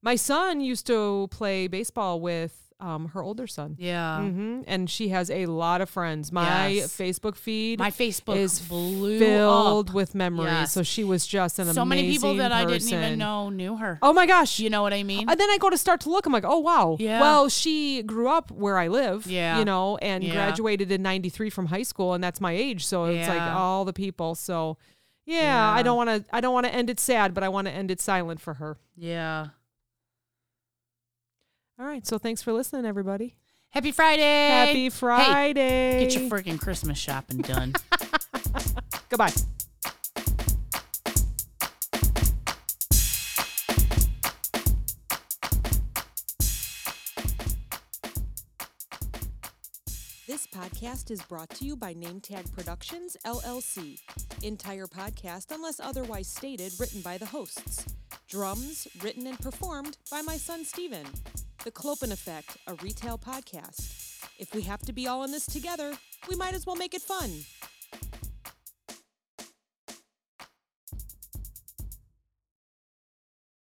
S1: My son used to play baseball with um, her older son.
S2: yeah.
S1: hmm And she has a lot of friends. My
S2: Yes.
S1: Facebook feed
S2: My Facebook
S1: is
S2: blew
S1: filled
S2: up.
S1: with memories.
S2: Yes.
S1: So she was just an
S2: so many people
S1: amazing
S2: that I didn't even
S1: person.
S2: know knew her.
S1: Oh my gosh.
S2: You know what I mean?
S1: And then I go to start to look. I'm like, oh wow.
S2: Yeah.
S1: Well, she grew up where I live.
S2: Yeah.
S1: You know, and
S2: Yeah.
S1: graduated in '93 from high school, and that's my age. So it's like
S2: Yeah.
S1: all the people. So, yeah, I
S2: Yeah.
S1: don't want to. I don't want to end it sad, but I want to end it silent for her.
S2: yeah.
S1: All right. So thanks for listening, everybody.
S2: Happy Friday.
S3: Happy Friday.
S2: Get your freaking Christmas shopping done.
S3: Goodbye.
S1: This podcast is brought to you by Nametag Productions, LLC. Entire podcast, unless otherwise stated, written by the hosts. Drums, written and performed by my son Steven. The Clopen Effect, a retail podcast. If we have to be all in this together, we might as well make it fun.